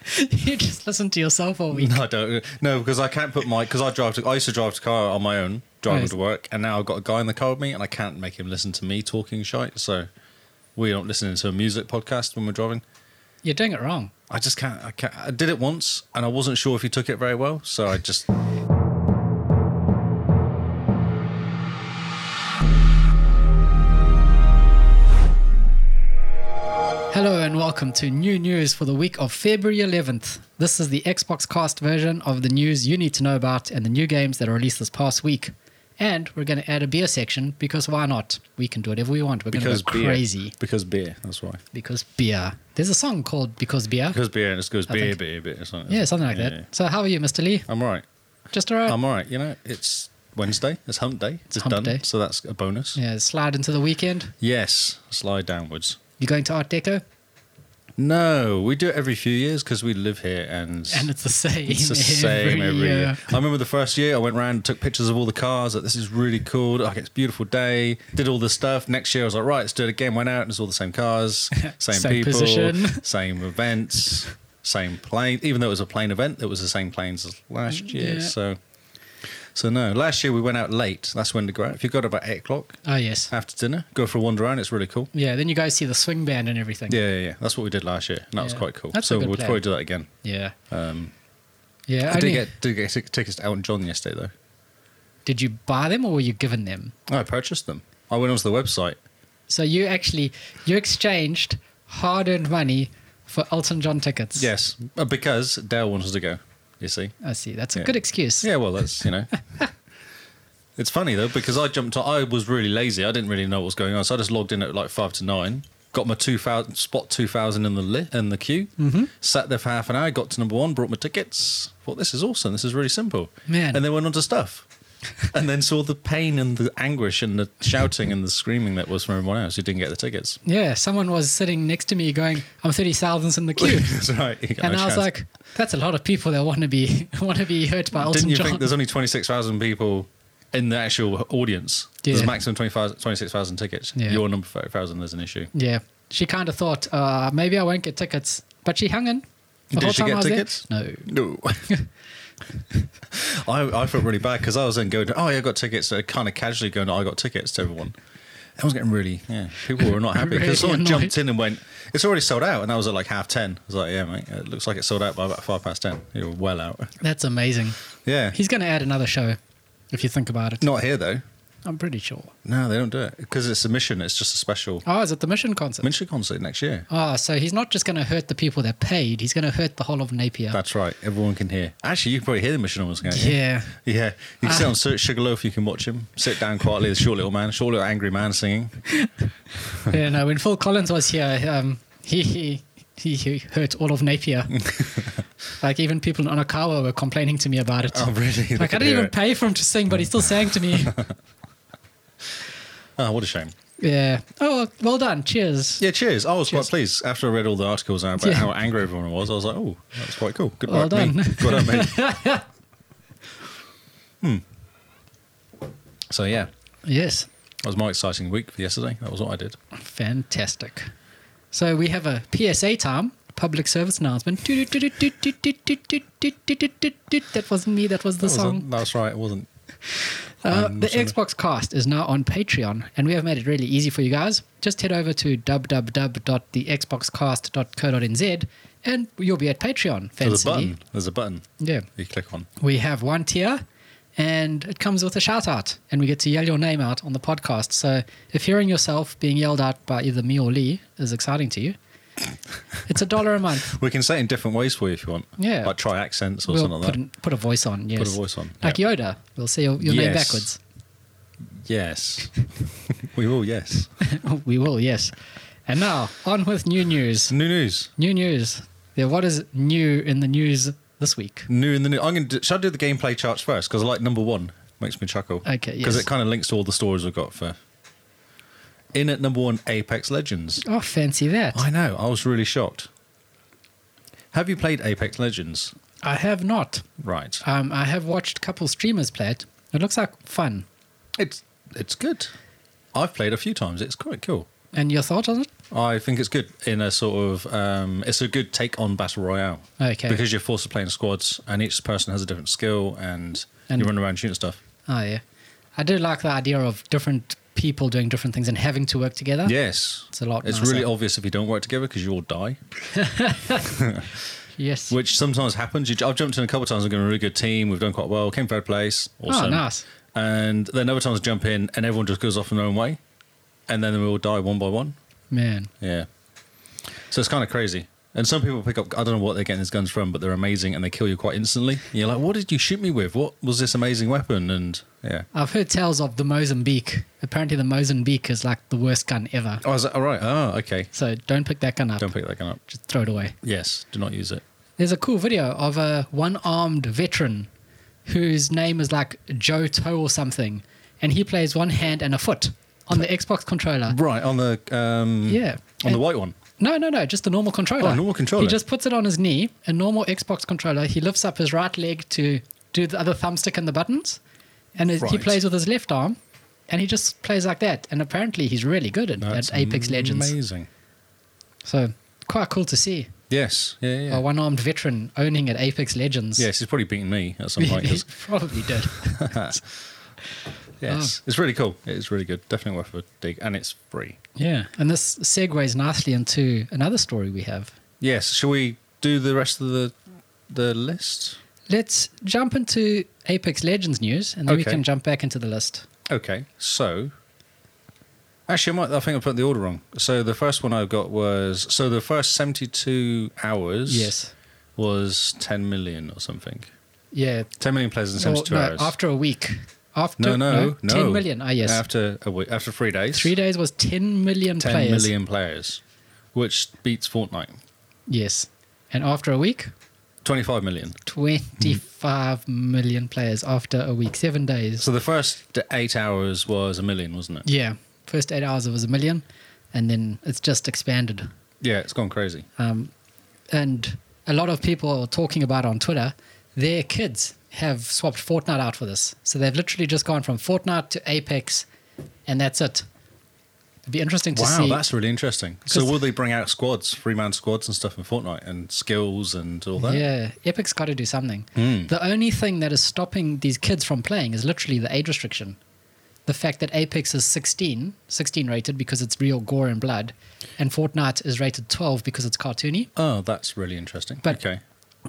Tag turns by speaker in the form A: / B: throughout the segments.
A: you just listen to yourself all week.
B: No, I don't. No, because I can't put my because I drive to. I used to drive to car on my own, driving
A: Right.
B: to work, and now I've got a guy in the car with me, and I can't make him listen to me talking shite. So we're not listening to a music podcast when we're driving.
A: You're doing it wrong.
B: I just can't. I can't. I did it once, and I wasn't sure if he took it very well, so I just.
A: Hello and welcome to new news for the week of February 11th. This is the Xbox Cast version of the news you need to know about and the new games that are released this past week. And we're going to add a beer section because why not? We can do whatever we want. We're going to
B: Because
A: go
B: beer.
A: crazy
B: Because beer. That's why.
A: because beer. There's a song called Because Beer.
B: Because beer, and it goes
A: I
B: beer,
A: think-
B: beer, beer. or Something.
A: Yeah, something like
B: Yeah, Um,
A: that.
B: yeah.
A: So, how are you, Mr. Lee?
B: I'm all right.
A: Just all right?
B: I'm all right. You know, it's Wednesday. It's hump day. It's,
A: hump
B: done.
A: day.
B: So that's a bonus.
A: yeah, slide into the weekend.
B: Yes. Slide downwards.
A: You going to Art Deco?
B: No, we do it every few years because we live here and,
A: And it's the same.
B: it's the
A: every
B: same every year.
A: year.
B: I remember the first year I went round, and took pictures of all the cars. Like, this is really cool. Like, it's a beautiful day. Did all this stuff. Next year I was like, right, let's do it again. Went out and it's all the same cars, same,
A: Same
B: people,
A: position.
B: same events, same plane. Even though it was a plane event, it was the same planes as last year.
A: Mm, Yeah.
B: So, so no, last year we went out late. That's when to go out. If you got about eight o'clock
A: Oh, yes.
B: after dinner, go for a wander around. It's really cool.
A: Yeah, then you guys see the swing band and everything.
B: Yeah, yeah, yeah. That's what we did last year, and that was
A: Yeah.
B: quite cool.
A: That's a
B: so
A: good
B: we'll
A: plan.
B: probably do that again.
A: Yeah.
B: Um,
A: Yeah.
B: I did
A: only-
B: get did get tic- tickets to Elton John yesterday
A: Did you buy them or were you given them?
B: though. I purchased them. I went onto the website.
A: So you actually you exchanged hard-earned money for Elton John tickets.
B: Yes, uh, because Dale wanted to go. You see.
A: I see. That's a
B: Yeah.
A: good excuse.
B: Yeah, well, that's you know. it's funny though because I jumped. on I was really lazy. I didn't really know what was going on, so I just logged in at like five to nine. Got my two thousand spot two thousand in the li- in the queue. Mm-hmm. Sat there for half an hour. Got to number one. Brought my tickets. Thought this is awesome. This is really simple.
A: Man.
B: and then went on to stuff. and then saw the pain and the anguish and the shouting and the screaming that was from everyone else who didn't get the tickets.
A: Yeah, someone was sitting next to me going, "I'm thirty thousands in the queue,"
B: That's right. you got
A: and
B: no
A: I was
B: chance.
A: like, "That's a lot of people that want to be want to be hurt by Elton
B: didn't you
A: John."
B: think there's only 26,000 people in the actual audience? There's
A: Yeah.
B: a maximum 25 26,000 tickets.
A: Yeah.
B: Your number 30,000, there's an issue.
A: yeah, she kind of thought uh, maybe I won't get tickets, but she hung in. The
B: Did
A: whole
B: she
A: time
B: get
A: I was there.
B: tickets?
A: No.
B: No. I, I felt really bad because I was then going, oh, yeah, I got tickets. So kind of casually going, oh, I got tickets to everyone. I was getting really, yeah, people were not happy because
A: Really
B: someone
A: annoyed.
B: jumped in and went, it's already sold out. And that was at like half 10. I was like, yeah, mate, it looks like it's sold out by about five past 10. You're well out.
A: That's amazing.
B: Yeah.
A: He's going to add another show, if you think about it.
B: not here, though.
A: I'm pretty sure.
B: No, they don't do it because it's a mission. It's just a special
A: Oh, is it the Mission concert?
B: Minster concert next year.
A: Ah, so he's not just going to hurt the people that paid, he's going to hurt the whole of Napier.
B: That's right. Everyone can hear. Actually, you can probably hear the mission almost. Can't you?
A: yeah. Ah.
B: Yeah. You can sit on Sir Sugarloaf. You can watch him sit down quietly. The short little man, short little angry man singing.
A: yeah, no, when Phil Collins was here, um, he, he, he, he hurt all of Napier. like, even people in Onakawa were complaining to me about it.
B: Oh, really? They
A: like, I
B: could
A: didn't
B: hear
A: even
B: it.
A: pay for him to sing, but he still sang to me.
B: Oh, what a shame.
A: yeah. Oh, well done. Cheers.
B: Yeah. Cheers. I was
A: Cheers.
B: quite pleased after I read all the articles out about
A: Yeah.
B: how angry everyone was. I was like, oh, that's quite cool. Good
A: Well
B: work, me.
A: done.
B: Well done, mate. hmm. So yeah,
A: Yes.
B: that was my exciting week for yesterday. That was what I did.
A: Fantastic. So we have a PSA time, public service announcement. That wasn't me, that was the
B: That wasn't-
A: song.
B: That's right. It wasn't.
A: Uh,
B: Um,
A: the
B: sorry.
A: Xbox Cast is now on Patreon, and we have made it really easy for you guys. Just head over to www.thexboxcast.co.nz and you'll be at Patreon.
B: There's a
A: Fancy.
B: button. There's a button
A: Yeah.
B: you click on.
A: We have one tier, and it comes with a shout out, and we get to yell your name out on the podcast. So if hearing yourself being yelled out by either me or Lee is exciting to you, it's a dollar a month.
B: We can say it in different ways for you if you want.
A: Yeah.
B: Like try accents or
A: We'll
B: something like
A: put,
B: that.
A: an, put a voice on. Yes.
B: Put a voice on.
A: Like
B: Yeah.
A: Yoda, we'll say your, your name
B: Yes.
A: backwards.
B: Yes. we will, yes.
A: we will, yes. And now, on with new news.
B: New news.
A: New news. Yeah, what is new in the news this week?
B: New in the new. I'm going to. Should I do the gameplay charts first? Because I like number one. Makes me chuckle.
A: Okay,
B: Because
A: yes.
B: it kind of links to all the stories we've got for. In at number one, Apex Legends.
A: Oh, fancy that.
B: I know. I was really shocked. Have you played Apex Legends?
A: I have not.
B: Right.
A: Um, I have watched a couple streamers play it. It looks like fun.
B: It's it's good. I've played a few times. It's quite cool.
A: And your thought on it?
B: I think it's good in a sort of um, it's a good take on battle royale.
A: Okay.
B: Because you're forced to play in squads, and each person has a different skill, and,
A: And-
B: you run around shooting stuff.
A: Oh yeah, I do like the idea of different people doing different things and having to work together.
B: Yes,
A: It's a lot eh?
B: It's
A: nicer.
B: really obvious if you don't work together because you all die,
A: Yes.
B: which sometimes happens. You, I've jumped in a couple of times. I've got a really good team. We've done quite well. Came third place. Awesome.
A: Oh, nice.
B: And then other times I jump in, and everyone just goes off in their own way, and then we all die one by one.
A: Man.
B: Yeah. So it's kind of crazy. And some people pick up, I don't know what they're getting these guns from, but they're amazing and they kill you quite instantly. And you're like, what did you shoot me with? What was this amazing weapon? And yeah.
A: I've heard tales of the Mozambique. Apparently, the Mozambique is like the worst gun ever.
B: Oh, is that all right? Oh, okay.
A: So don't pick that gun up.
B: Don't pick that gun up.
A: Just throw it away.
B: Yes, do not use it.
A: There's a cool video of a one armed veteran whose name is like Joe Toe or something. And he plays one hand and a foot on the Xbox controller.
B: Right, on the um,
A: Yeah.
B: on the
A: And-
B: white one.
A: No, no, no, just the normal controller.
B: Oh, normal controller.
A: He just puts it on his knee, a normal Xbox controller. He lifts up his right leg to do the other thumbstick and the buttons, and it- he
B: Right.
A: plays with his left arm, and he just plays like that. And apparently, he's really good at,
B: That's
A: at Apex Legends.
B: Amazing.
A: So quite cool to see
B: Yes. Yeah, yeah.
A: a one-armed veteran owning at Apex Legends.
B: yes, he's probably beating me at some point.
A: he
B: 'cause-
A: probably did. Oh.
B: yes. It's really cool. It's really good. Definitely worth a dig. And it's free.
A: yeah, and this segues nicely into another story we have.
B: Yes. Shall we do the rest of the the list?
A: Let's jump into Apex Legends news, and then we
B: Okay.
A: can jump back into the list.
B: Okay, so actually, I might. I think I put the order wrong. So the first one I got was so the first seventy-two hours.
A: Yes.
B: was ten million or something.
A: Yeah,
B: Ten million players in
A: Well,
B: seventy-two
A: no,
B: hours.
A: After a week. After,
B: no, no, no,
A: Ten million. Ah, yes.
B: After a week, after three days.
A: Three days was 10 million
B: 10
A: players.
B: million players, which beats Fortnite.
A: Yes. And after a week,
B: Twenty-five million.
A: twenty-five million players after a week, seven days.
B: So the first d- eight hours was a million, wasn't it?
A: yeah. First eight hours, it was a million. And then it's just expanded.
B: Yeah, it's gone crazy.
A: Um, and a lot of people are talking about on Twitter, their kids have swapped Fortnite out for this. So they've literally just gone from Fortnite to Apex, and that's it. It'd be interesting to
B: Wow,
A: see.
B: that's really interesting. So
A: 'Cause-
B: will they bring out squads, three-man squads and stuff in Fortnite, and skills and all that?
A: Yeah, Epic's got to do something.
B: Hmm.
A: The only thing that is stopping these kids from playing is literally the age restriction. The fact that Apex is 16, 16 rated because it's real gore and blood, and Fortnite is rated 12 because it's cartoony.
B: Oh, that's really interesting.
A: But-
B: okay.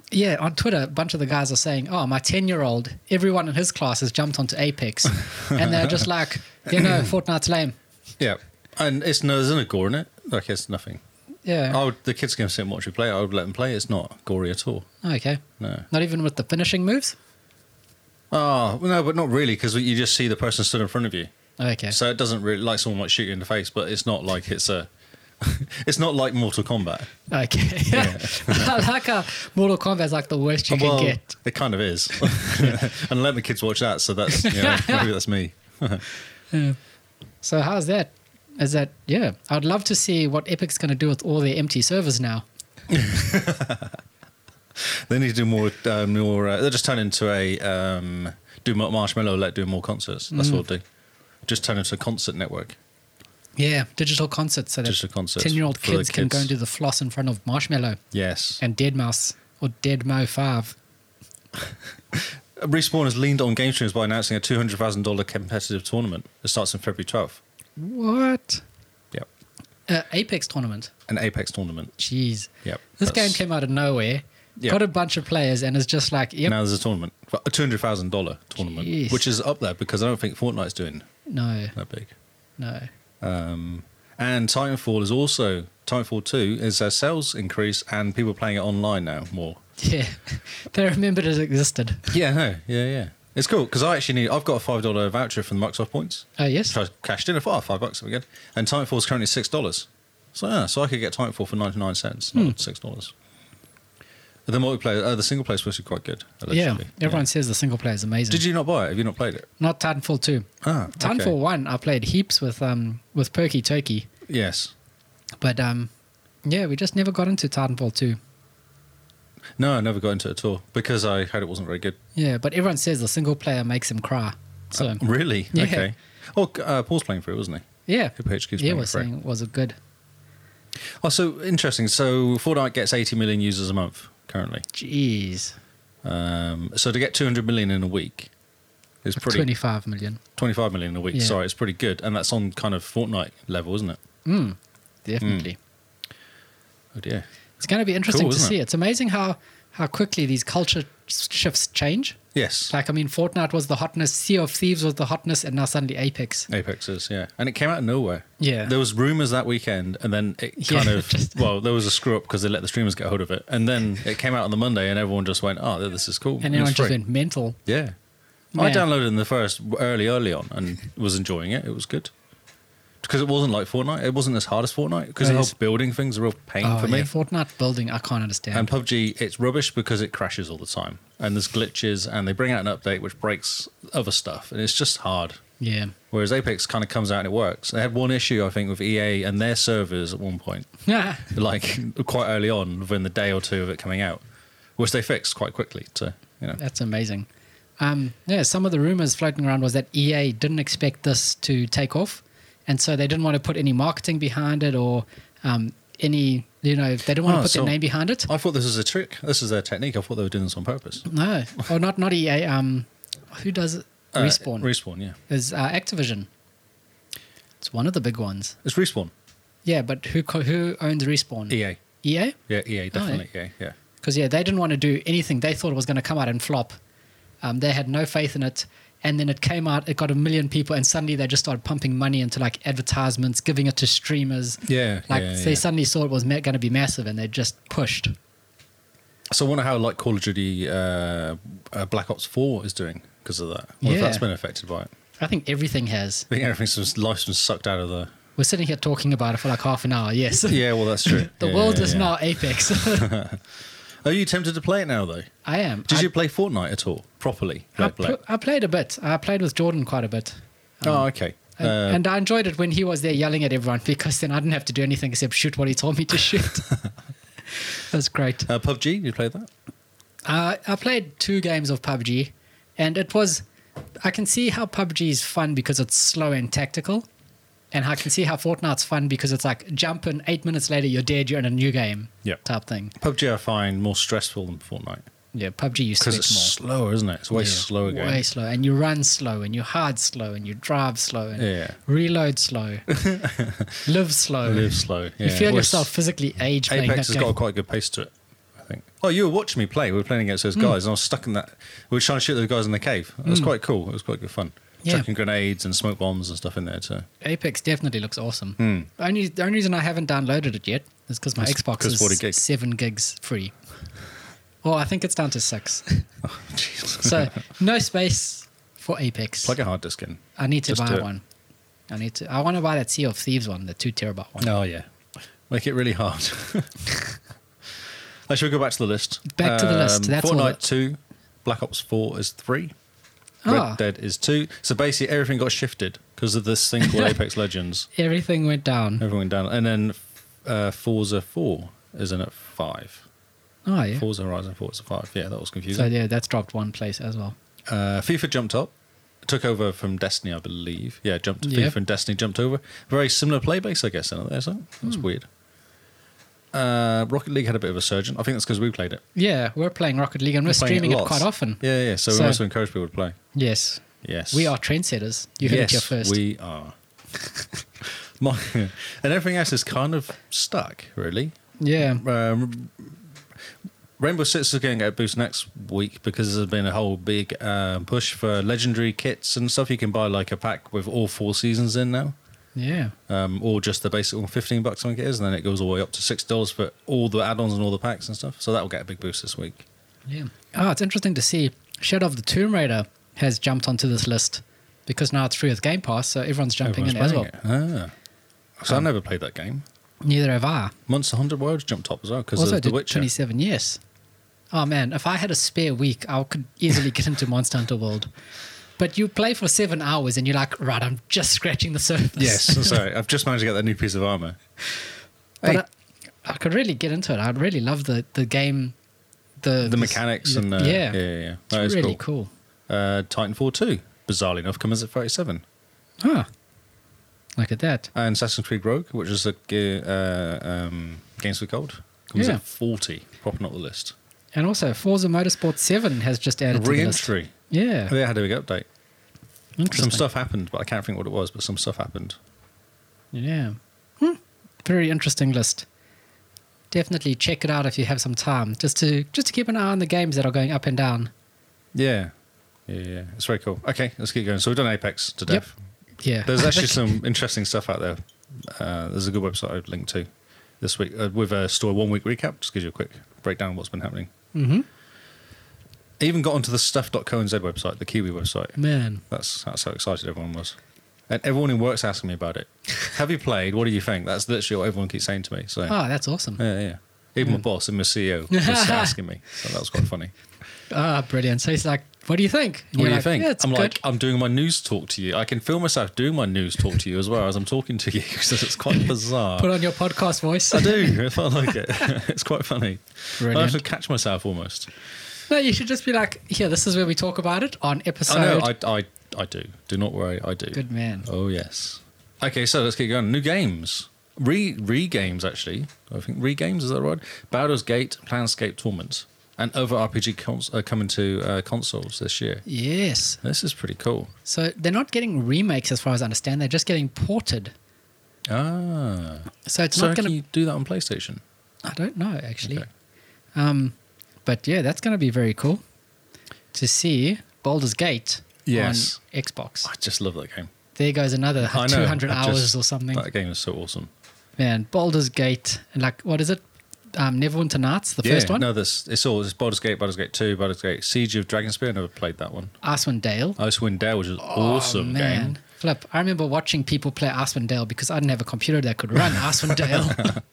A: Yeah, on Twitter, a bunch of the guys are saying, oh, my 10 year old, everyone in his class has jumped onto Apex. and they're just like, you know, Fortnite's lame.
B: Yeah. And it's no, there's no gore in it. Like it's nothing.
A: Yeah.
B: I would, the kids can sit and watch you play. I would let them play. It's not gory at all.
A: Okay.
B: No.
A: Not even with the finishing moves?
B: Oh well, no, but not really because you just see the person stood in front of you.
A: Okay.
B: So it doesn't really like someone might shoot you in the face, but it's not like it's a. it's not like Mortal Kombat.
A: Okay. I like how Mortal Kombat's like the worst you
B: well,
A: can get.
B: it kind of is. and let the kids watch that. So that's you know, maybe that's me.
A: So how's that? Is that yeah? I'd love to see what Epic's going to do with all their empty servers now.
B: They need to do more. Um, more. Uh, they'll just turn into a um, do more marshmallow. Let do more concerts. That's
A: Mm.
B: what they'll do. Just turn into a concert network.
A: Yeah, digital concerts so
B: Digital
A: that
B: concerts
A: ten-year-old
B: for the
A: kids, can go
B: kids.
A: and do the floss in front of Marshmallow
B: Yes.
A: and Dead Mouse or Dead Mo Five.
B: Respawn has leaned on game streams by announcing a two hundred thousand dollar competitive tournament that starts on February twelfth.
A: What?
B: Yep.
A: Uh, Apex tournament.
B: An Apex tournament.
A: Jeez.
B: Yep.
A: This game
B: That's-
A: came out of nowhere.
B: Yeah.
A: Got a bunch of players and it's just like yep.
B: Now there's a tournament, a two hundred thousand dollar tournament,
A: Jeez.
B: which is up there because I don't think Fortnite's doing
A: No.
B: that big.
A: No.
B: Um, and Titanfall is also Titanfall Two is their sales increase and people playing it online now more.
A: Yeah. they remembered it existed.
B: Yeah, no, yeah, yeah. It's cool because I actually need. I've got a five dollar voucher from Microsoft points.
A: Oh yes.
B: So I cashed in a five, five bucks again. And Titanfall's currently six dollars. So yeah, so I could get Titanfall for ninety nine cents,
A: Hmm.
B: not six dollars. But the multiplayer, uh, the single player, is supposed to be quite good.
A: Yeah.
B: allegedly.
A: Everyone says the single player is amazing.
B: Did you not buy it? Have you not played it?
A: Not Titanfall two.
B: Ah, okay.
A: Titanfall one, I played heaps with um with Perky Turkey,
B: Yes.
A: but um yeah, we just never got into Titanfall two.
B: No, I never got into it at all because I heard it wasn't very good.
A: Yeah, but everyone says the single player makes him cry. So
B: Really?
A: Yeah.
B: Okay. Oh, uh, Paul's playing for it, wasn't he?
A: yeah,
B: Who PHQ's
A: yeah,
B: playing
A: was
B: for it?
A: saying was it good?
B: Oh, so interesting. So Fortnite gets 80 million users a month currently.
A: Jeez.
B: Um, so to get 200 million in a week is
A: Like
B: pretty
A: 25 million.
B: 25 million in a week.
A: Yeah.
B: Sorry, it's pretty good, and that's on kind of Fortnite level, isn't it?
A: Mm, definitely.
B: Oh dear.
A: It's going to be interesting
B: Hmm.
A: to
B: Cool, isn't
A: see.
B: it?
A: It's amazing how, how quickly these culture s- shifts change.
B: Yes.
A: Like, I mean, Fortnite was the hotness, Sea of Thieves was the hotness, and now suddenly Apex.
B: Apex is yeah, and it came out of nowhere.
A: Yeah.
B: There was rumors that weekend, and then it kind
A: Yeah,
B: of
A: just-
B: well, there was a screw up because they let the streamers get hold of it, and then it came out on the Monday, and everyone just went, "Oh, this is cool."
A: And
B: it was
A: everyone just
B: free.
A: went mental.
B: Yeah. I
A: Man.
B: downloaded in the first early, early on and was enjoying it. It was good. Because it wasn't like Fortnite. It wasn't as hard as Fortnite. Because the
A: Right.
B: whole building thing's a real pain
A: Oh,
B: for me.
A: yeah, Fortnite building, I can't understand.
B: and PUBG, it's rubbish because it crashes all the time. And there's glitches and they bring out an update which breaks other stuff. And it's just hard.
A: yeah.
B: Whereas Apex kind of comes out and it works. They had one issue, I think, with EA and their servers at one point, like quite early on, within the day or two of it coming out, which they fixed quite quickly. So, you know.
A: That's amazing. Um, yeah, some of the rumors floating around was that EA didn't expect this to take off, and so they didn't want to put any marketing behind it or um, any, you know, they didn't want
B: Oh,
A: to put
B: so-
A: their name behind it.
B: I thought this was a trick. This is their technique. I thought they were doing this on purpose.
A: No, or not not EA. Um, who does it?
B: Uh,
A: Respawn?
B: Respawn, yeah.
A: is uh, Activision. It's one of the big ones.
B: It's Respawn.
A: Yeah, but who co- who owns Respawn? E
B: EA.
A: EA?
B: Yeah, EA, definitely. yeah, yeah.
A: Because yeah, they didn't want to do anything. They thought it was going to come out and flop. Um, they had no faith in it, and then it came out. It got a million people, and suddenly they just started pumping money into like advertisements, giving it to streamers.
B: Yeah,
A: Like
B: yeah,
A: they
B: yeah.
A: suddenly saw it was going to be massive, and they just pushed.
B: So I wonder how like Call of Duty uh, uh, Black Ops 4 is doing because of that. Well, if
A: Yeah.
B: that's been affected by it.
A: I think everything has.
B: I think everything's just, life's been sucked out of the.
A: We're sitting here talking about it for like half an hour. Yes,
B: Yeah, well, that's true.
A: the
B: Yeah,
A: world
B: yeah,
A: is
B: yeah.
A: now apex.
B: Are you tempted to play it now, though?
A: I am.
B: Did
A: I,
B: you play Fortnite at all? Properly?
A: I,
B: Like, play?
A: pl- I played a bit. I played with Jordan quite a bit.
B: oh, okay.
A: And,
B: Uh,
A: and um, I enjoyed it when he was there yelling at everyone because then I didn't have to do anything except shoot what he told me to shoot. That's great.
B: uh, PUBG, you played that?
A: Uh, I played two games of PUBG, and it was. I can see how PUBG is fun because it's slow and tactical, and I can see how Fortnite's fun because it's like jump and eight minutes later you're dead, you're in a new game
B: Yeah.
A: type thing.
B: PUBG I find more stressful than Fortnite
A: Yeah, PUBG you sweat
B: because
A: more.
B: it's slower, isn't it? It's way
A: Yeah.
B: slower game.
A: Way slow, and you run slow, and you hard slow, and you drive slow, and
B: Yeah.
A: reload slow, live slow.
B: Live slow.
A: You
B: yeah.
A: feel
B: Well, it's-
A: yourself physically age playing that
B: Apex has
A: game.
B: got a quite good pace to it, I think. Oh, you were watching me play. We were playing against
A: Hmm.
B: those guys, and I was stuck in that. We were trying to shoot those guys in the cave. It was quite cool. It was quite good fun.
A: Yeah.
B: Chucking grenades and smoke bombs and stuff in there hmm. too.
A: Apex definitely looks awesome. Only the only reason I haven't downloaded it yet is because my
B: It's
A: Xbox
B: 'cause
A: is
B: 40 gig.
A: seven gigs free. Well, I think it's down to six.
B: Jeez.
A: so no space for Apex.
B: Plug a hard disk in.
A: I need to
B: just
A: buy
B: do it.
A: one. I need to. I want to buy that Sea of Thieves one, the two terabyte one.
B: Oh yeah. Make it really hard. I should go back to the list. Um,
A: Back to the list. That's all
B: Fortnite
A: that-
B: two, Black Ops four is three.
A: Ah.
B: Red Dead is two. So basically, everything got shifted because of this thing called Apex Legends.
A: Everything went down.
B: Everyone down, and then uh, Forza Four is in at five.
A: Oh yeah.
B: Forza Horizon 4 is a 5. Yeah, that was
A: So
B: confusing.
A: yeah, that's dropped one place as well.
B: uh, FIFA jumped up, took over from Destiny, I believe. Yeah, jumped
A: Yeah.
B: FIFA and Destiny jumped over. Very similar play base, I guess, in there, so
A: Hmm.
B: that's weird. Uh, Rocket League had a bit of a surge. I think that's because we played it.
A: Yeah, we're playing Rocket League and we're
B: Playing
A: streaming it,
B: lots.
A: quite often.
B: Yeah, yeah. So,
A: So-
B: we also encourage people to play.
A: Yes,
B: Yes.
A: we are trendsetters. You heard it
B: yes,
A: here first.
B: we are. My, and everything else is kind of stuck, really.
A: yeah,
B: um, Rainbow Six is going to get a boost next week because there's been a whole big um, push for legendary kits and stuff. You can buy like a pack with all four seasons in now,
A: yeah.
B: um, or just the basic one, fifteen bucks I think it is, and then it goes all the way up to six dollars for all the add-ons and all the packs and stuff. So that will get a big boost this week.
A: Yeah. Oh, it's interesting to see Shadow of the Tomb Raider has jumped onto this list because now it's free with Game Pass, so everyone's Um, jumping
B: Everyone's
A: in as well.
B: playing it. Ah. So I never played that game.
A: Neither have I.
B: Monster Hunter World jumped top as well because
A: Also,
B: of The
A: did
B: Witcher.
A: 27 years. Oh man, if I had a spare week, I could easily get into Monster Hunter World. But you play for seven hours and you're like, right, I'm just scratching the surface.
B: Yes, I'm sorry, I've just managed to get that new piece of armor.
A: but
B: Hey.
A: I, I could really get into it. I'd really love the, the game, the
B: The mechanics and uh,
A: yeah,
B: yeah, yeah, yeah. That
A: it's
B: is
A: really
B: cool.
A: cool.
B: uh, Titanfall 2, bizarrely enough, comes at 37.
A: Huh. Look at that.
B: and Uh, Assassin's Creed Rogue, which is a ge- uh, um, Games with Gold, comes
A: Yeah.
B: at 40, propping up the list.
A: And also, Forza Motorsport 7 has just added to the list.
B: Re-entry. Oh,
A: Yeah.
B: They had a big update.
A: Interesting.
B: Some stuff happened, but I can't think what it was. But some stuff happened.
A: Yeah. Hmm. Very interesting list. Definitely check it out if you have some time, just to just to keep an eye on the games that are going up and down.
B: Yeah, yeah, yeah. It's very cool. Okay, let's keep going. So we've done Apex to
A: Yep.
B: death.
A: Yeah.
B: There's
A: I
B: actually
A: think-
B: some interesting stuff out there. Uh, there's a good website I've linked to this week uh, with a story one week recap. Just gives you a quick breakdown of what's been happening.
A: Mhm.
B: I even got onto the stuff.co.nz website, the Kiwi website.
A: Man.
B: That's that's how excited everyone was. And everyone in work's asking me about it. Have you played? What do you think? That's literally what everyone keeps saying to me. So
A: Oh, that's awesome.
B: yeah, yeah. Even
A: Hmm.
B: my boss and my CEO was asking me. So that was quite funny.
A: Ah, brilliant. So he's like, "What do you think?" And you're
B: What do you
A: like,
B: think?
A: "Yeah, it's
B: I'm
A: good."
B: like, I'm doing my news talk to you. I can feel myself doing my news talk to you as well as I'm talking to you. So it's quite bizarre.
A: put on your podcast voice.
B: uh, I do. I felt like it. it's quite funny. I
A: Brilliant.
B: have to catch myself almost.
A: No, you should just be like, "Here, this is where we talk about it on episode."
B: I know. I, I, I do. Do not worry. I do.
A: Good man.
B: Oh yes. Okay, so let's keep going. New games. Re re games actually. I think re games is that right? Baldur's Gate, Planscape Torment, and other RPG cons- are coming to uh, consoles this year.
A: Yes.
B: This is pretty cool.
A: So they're not getting remakes, as far as I understand. They're just getting ported.
B: Ah,
A: So it's
B: so
A: not
B: can
A: going to.
B: you do that on PlayStation?
A: I don't know actually.
B: Okay.
A: Um, but yeah, that's going to be very cool to see Baldur's Gate
B: Yes.
A: on Xbox.
B: I just love that game.
A: There goes another
B: I know.
A: 200
B: I
A: hours
B: just-
A: or something.
B: That game is so awesome.
A: Man, Baldur's Gate and like what is it? Um, Neverwinter Nights, the first one.
B: No, this it's all. It's Baldur's Gate, Baldur's Gate Two, Baldur's Gate Siege of Dragonspear. I never played that one.
A: Icewind Dale.
B: Icewind Dale, which is
A: Oh,
B: awesome game.
A: Flip, I remember watching people play Icewind Dale because I didn't have a computer that could run Icewind Dale.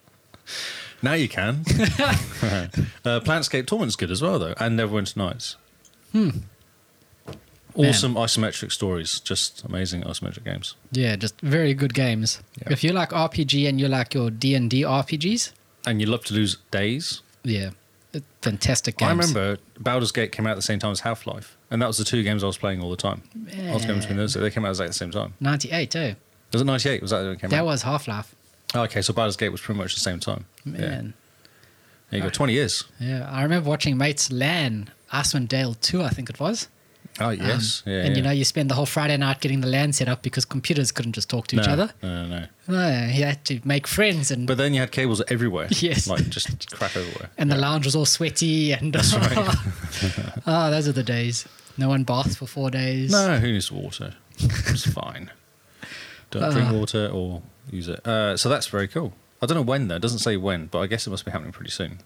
B: Now you can. uh, Planscape Torment's good as well, though, and Neverwinter Nights. Hmm. Awesome isometric stories, just amazing isometric games.
A: yeah, just very good games.
B: Yeah.
A: If you like RPG and you like your D&D RPGs,
B: And you love to lose days.
A: yeah, it- fantastic games.
B: I remember Baldur's Gate came out at the same time as Half Life, and that was the two games I was playing all the time. I was going between those, so they came out exactly at the same time.
A: 98, oh.
B: Was it 98? Was that when it came
A: That
B: out?
A: was Half-Life.
B: Oh, okay, so Baldur's Gate was pretty much the same time. Yeah.
A: Man.
B: There you go, 20 years.
A: Yeah, I remember watching Mates LAN, Icewind Dale 2, I think it was.
B: Oh,
A: Um,
B: yes. yeah,
A: and you
B: yeah.
A: know, you spend the whole Friday night getting the LAN set up because computers couldn't just talk to each
B: No,
A: other.
B: No, no, no.
A: No, you had to make friends and
B: But then you had cables everywhere.
A: Yes.
B: Like just crap everywhere.
A: and the lounge was all sweaty and
B: That's right.
A: oh, those are the days. No one baths for four days.
B: No, who needs water? It's fine. Don't drink
A: Ah.
B: water or use it. Uh, so that's very cool. I don't know when though. It doesn't say when, but I guess it must be happening pretty soon.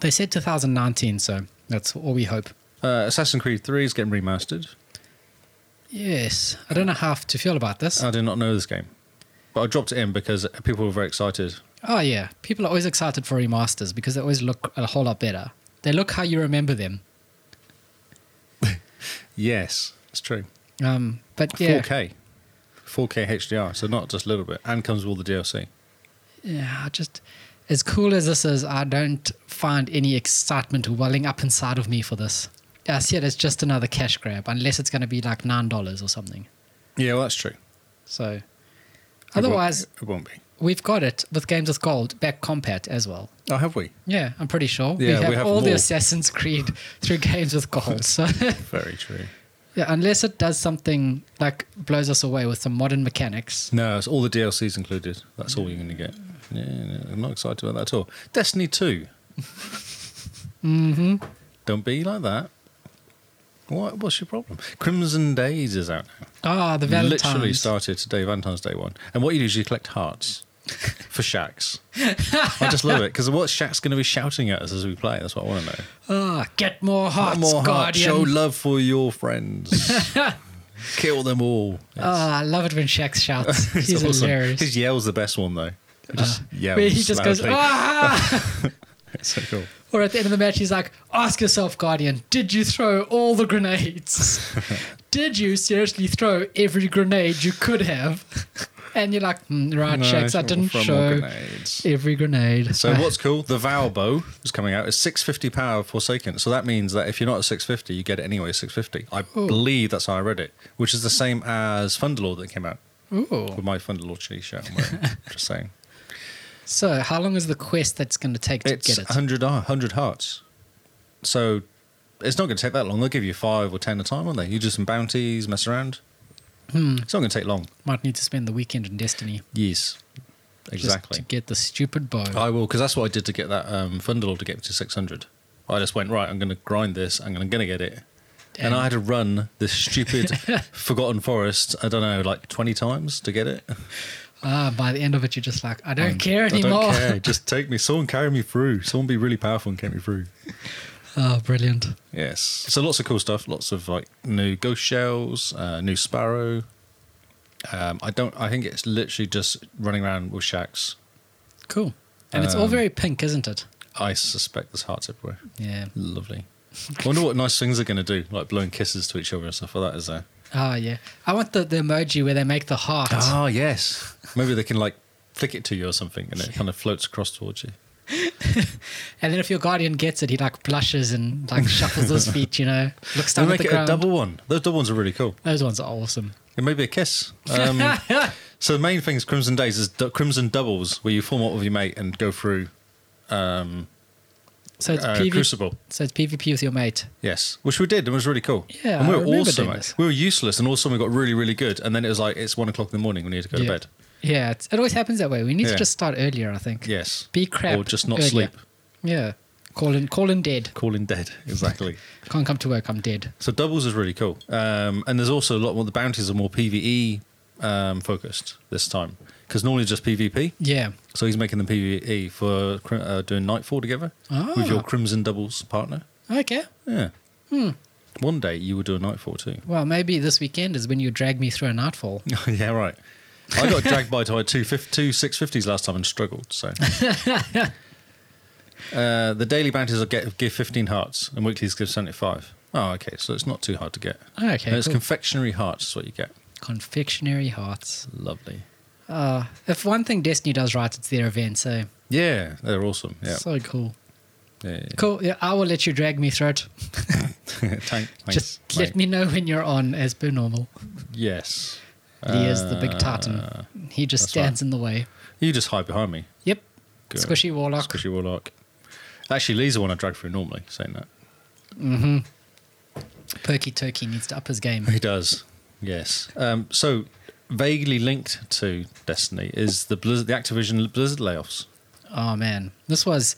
A: They said 2019, so that's all we hope.
B: Uh, Assassin's Creed Three is getting remastered.
A: Yes, I don't know how to feel about this.
B: I did not know this game, but I dropped it in because people were very excited.
A: oh yeah, people are always excited for remasters because they always look a whole lot better. They look how you remember them.
B: Yes, it's true.
A: Um, but yeah,
B: Four K, four K HDR. So not just a little bit, and comes with all the DLC.
A: yeah, I just as cool as this is, I don't find any excitement welling up inside of me for this. I see it as just another cash grab, unless it's going to be like nine dollars or something.
B: Yeah, well, that's true.
A: So,
B: It won't-
A: otherwise,
B: it won't be.
A: We've got it with Games with Gold back compat as well.
B: Oh, have we?
A: Yeah, I'm pretty sure. we,
B: Yeah,
A: have
B: we have
A: all the
B: more.
A: Assassin's Creed through Games with Gold. So
B: Very true.
A: yeah, unless it does something like blows us away with some modern mechanics.
B: No, it's all the DLCs included. That's all you're going to get. Yeah, no, I'm not excited about that at all. Destiny 2. mm-hmm.
A: Mm-hmm.
B: Don't be like that. What? What's your problem? Crimson Days is out now.
A: Ah, the Valentine's.
B: Literally started today, Valentine's Day one. And what you do is you collect hearts for Shax. I just love it because what's Shax going to be shouting at us as we play? That's what I want to know.
A: Ah, get more hearts,
B: More heart,
A: Guardian.
B: show love for your friends. Kill them all. Yes.
A: Ah, I love it when Shax shouts.
B: It's
A: He's
B: awesome.
A: hilarious. Uh,
B: His yell's the best one though. He Just yells.
A: Where he just goes,
B: loudly.
A: ah!
B: It's so cool.
A: or at the end of the match, he's like, ask yourself, Guardian, did you throw all the grenades? did you seriously throw every grenade you could have? and you're like, "Hmm, right, Shakes, I didn't
B: from
A: show
B: grenades.
A: every grenade.
B: So what's cool? The Vow Bow is coming out. It's 650 power Forsaken. So that means that if you're not at 650, you get it anyway. 650. I believe that's how I read it, which is the same as Thunderlord that came out.
A: Ooh.
B: with my fun little cheese shirt. I'm wearing. Just saying.
A: So, how long is the quest that's going to take to
B: It's
A: get it?
B: 100, ah, 100 hearts. So it's not going to take that long. They'll give you five or ten a time, won't they? You do some bounties, mess around.
A: Hmm.
B: It's not going to take long.
A: Might need to spend the weekend in Destiny
B: Yes, exactly. Oh,
A: just to get the stupid bow.
B: I will, because that's what I did to get that um, Fundalore to get me to 600. I just went, right, I'm going to grind this, and I'm going to get it. And I had to run this stupid Forgotten Forest, I don't know, like 20 times to get it.
A: Ah, by the end of it, you're just like, I don't
B: Um,
A: care anymore.
B: I don't care. Just take me. Someone carry me through. Someone be really powerful and carry me through.
A: oh, brilliant.
B: Yes. So lots of cool stuff. Lots of like new ghost shells, uh, new sparrow. Um, I don't. I think it's literally just running around with shacks.
A: Cool. And it's all
B: Um,
A: very pink, isn't it?
B: I suspect there's hearts everywhere.
A: Yeah.
B: Lovely. I wonder what nice things they're going to do, like blowing kisses to each other and stuff like that. Is there?
A: Oh, yeah. I want the, the emoji where they make the heart.
B: Ah. yes. Maybe they can like flick it to you or something, and it kind of floats across towards you.
A: And then if your guardian gets it, he like blushes and like shuffles his feet, you know, looks
B: They
A: down at
B: make
A: the
B: it
A: ground.
B: a double one. Those double ones are really cool.
A: Those ones are awesome.
B: It may be a kiss. Um, so the main thing is Crimson Days is du- Crimson Doubles, where you form up with your mate and go through
A: so it's
B: uh,
A: PV-
B: Crucible.
A: So it's PvP with your mate.
B: Yes, which we did. and It was really cool.
A: Yeah,
B: and we
A: I
B: were
A: remember
B: awesome.
A: doing this.
B: We were useless, and all of a sudden we got really, really good. And then it was like it's one o'clock in the morning. We need to go
A: yeah.
B: to bed.
A: Yeah, it's, it always happens that way. We need
B: Yeah.
A: to just start earlier, I think.
B: Yes,
A: Be crap.
B: or just not
A: earlier.
B: sleep.
A: Yeah. Call in, call in dead.
B: Call in dead. Exactly.
A: Can't come to work. I'm dead.
B: so doubles is really cool. Um, and there's also a lot more. The bounties are more PVE um, focused this time because normally it's just PvP.
A: Yeah.
B: So he's making them PVE for cri- uh, doing Nightfall together
A: Ah. Hmm.
B: with your Crimson Doubles partner.
A: Okay.
B: Yeah. One day you will do a Nightfall too.
A: Well, maybe this weekend is when you drag me through a nightfall.
B: yeah, right. I got dragged by to two, fif- two 650s last time and struggled. So uh, the daily bounties will get, give 15 hearts and weeklies give 75. Oh, okay. So it's not too hard to get.
A: Okay.
B: and it's
A: cool.
B: confectionery hearts, is what you get.
A: Confectionery hearts.
B: Lovely.
A: Uh, if one thing Destiny does right, it's their events. So
B: Yeah, they're awesome. Yeah.
A: so cool.
B: yeah,
A: Cool. Yeah, I will let you drag me through it.
B: yeah. Tank, thanks,
A: Just let
B: mate.
A: me know when you're on, as per normal.
B: Yes.
A: He is the big
B: Uh,
A: tartan. He just
B: that's right.
A: stands in the way.
B: You just hide behind me.
A: Yep.
B: Good.
A: Squishy warlock.
B: Squishy Warlock. Actually, Lee's the one I drag through normally, saying that.
A: Perky Turkey needs to up his game.
B: He does. Yes. Um, so vaguely linked to Destiny is the Blizzard, the Activision Blizzard layoffs
A: Oh man, this was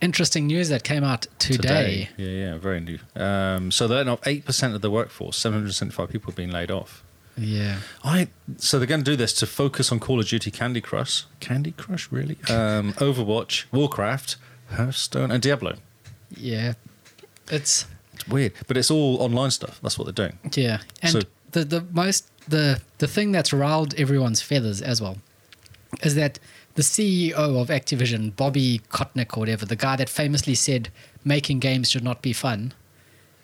A: interesting news that came out today.
B: Yeah, yeah, very new. Um, so they're letting off eight percent of the workforce. Seven hundred seventy-five people have been laid off.
A: Yeah.
B: I so they're going to do this to focus on Call of Duty, Candy Crush, Candy Crush, really, um, Overwatch, Warcraft, Hearthstone, and Diablo.
A: Yeah. It's
B: It's weird, but it's all online stuff. That's what they're doing.
A: yeah, and
B: So-
A: the the most the the thing that's riled everyone's feathers as well is that the CEO of Activision, Bobby Kotick or whatever, the guy that famously said making games should not be fun,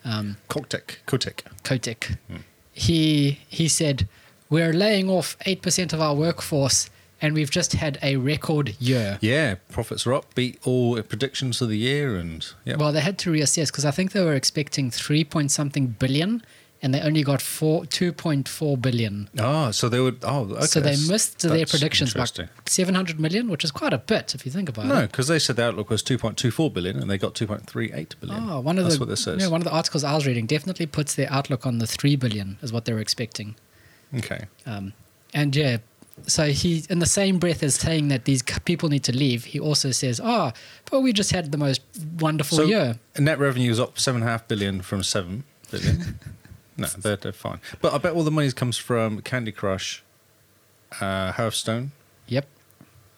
A: um,
B: Kotick, Kotick.
A: Kotick,
B: Hmm.
A: he he said we're laying off eight percent of our workforce, and we've just had a record year.
B: Yeah, profits are up, beat all predictions of the year, and yeah,
A: Well, they had to reassess because I think they were expecting three point something billion, and they only got four two point four billion.
B: Oh, so they would. Oh, okay.
A: so they
B: that's-
A: missed their
B: that's
A: predictions by
B: interesting.
A: seven hundred million, which is quite a bit if you think about
B: No,
A: it.
B: because they said the outlook was 2.24 billion and they got 2.38 billion.
A: Oh, one of
B: that's
A: the
B: what this says.
A: no, one of the articles I was reading definitely puts their outlook on the three billion is what they were expecting.
B: okay.
A: Um, and yeah, so he, in the same breath as saying that these c- people need to leave, he also says, "Ah, but we just had the most wonderful
B: So
A: year."
B: net revenue is up seven and a half billion from seven billion. no, they're, they're fine. But I bet all the money comes from Candy Crush, uh, Hearthstone,
A: Yep.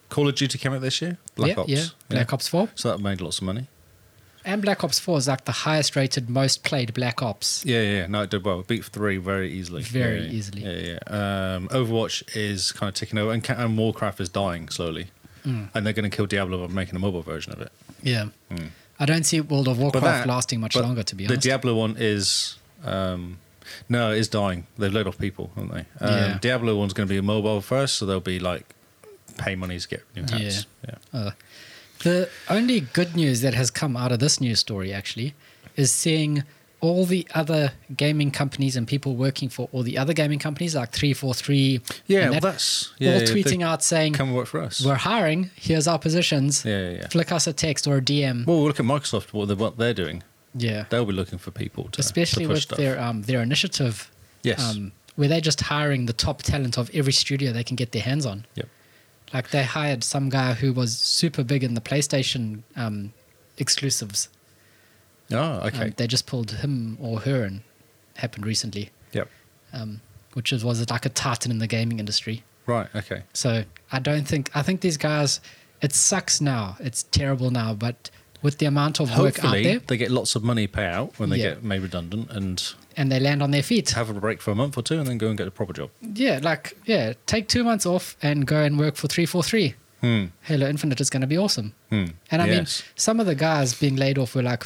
B: Call of Duty came out this year, Black
A: yeah,
B: Ops.
A: Yeah. Black Ops Four.
B: So that made lots of money.
A: And Black Ops 4 is like the highest rated, most played Black Ops.
B: Yeah, yeah, yeah. no, it did well. It beat three very easily.
A: Very
B: Yeah, yeah.
A: easily.
B: Yeah, yeah. Um, Overwatch is kind of ticking over, and, Ca- and Warcraft is dying slowly.
A: Mm.
B: And they're going to kill Diablo by making a mobile version of it.
A: Yeah. I don't see World of Warcraft lasting much
B: but
A: longer, to be honest.
B: The Diablo one is. Um, no, it's dying. They've laid off people, haven't they? Um,
A: Yeah.
B: Diablo one's going to be a mobile first, so they'll be like pay money to get new hats. Yeah.
A: Uh, the only good news that has come out of this news story, actually, is seeing all the other gaming companies and people working for all the other gaming companies, like 343,
B: Yeah,
A: and
B: well,
A: that,
B: that's yeah,
A: all
B: yeah,
A: tweeting
B: they
A: out saying,
B: Come and work for us.
A: We're hiring, here's our positions.
B: Yeah, yeah, yeah.
A: Flick us a text or a DM.
B: Well, look at Microsoft. What they're, what they're doing,
A: yeah.
B: they'll be looking for people to
A: Especially
B: to push
A: with
B: stuff.
A: their um, their initiative,
B: yes,
A: um, where they're just hiring the top talent of every studio they can get their hands on.
B: Yep.
A: Like they hired some guy who was super big in the PlayStation um, exclusives.
B: oh okay,
A: Um, they just pulled him or her and happened recently.
B: Yep.
A: Um, which is, was like a titan in the gaming industry.
B: right, okay,
A: So I don't think, I think these guys, it sucks now. It's terrible now, but with the amount of work out
B: Hopefully,
A: there
B: they get lots of money payout when they
A: Yeah.
B: get made redundant and
A: and they land on their feet.
B: have a break for a month or two and then go and get a proper job.
A: Yeah, like, yeah, take two months off and go and work for 343.
B: Hmm.
A: Halo Infinite is going to be awesome.
B: Hmm.
A: And I
B: Yes.
A: mean, some of the guys being laid off were like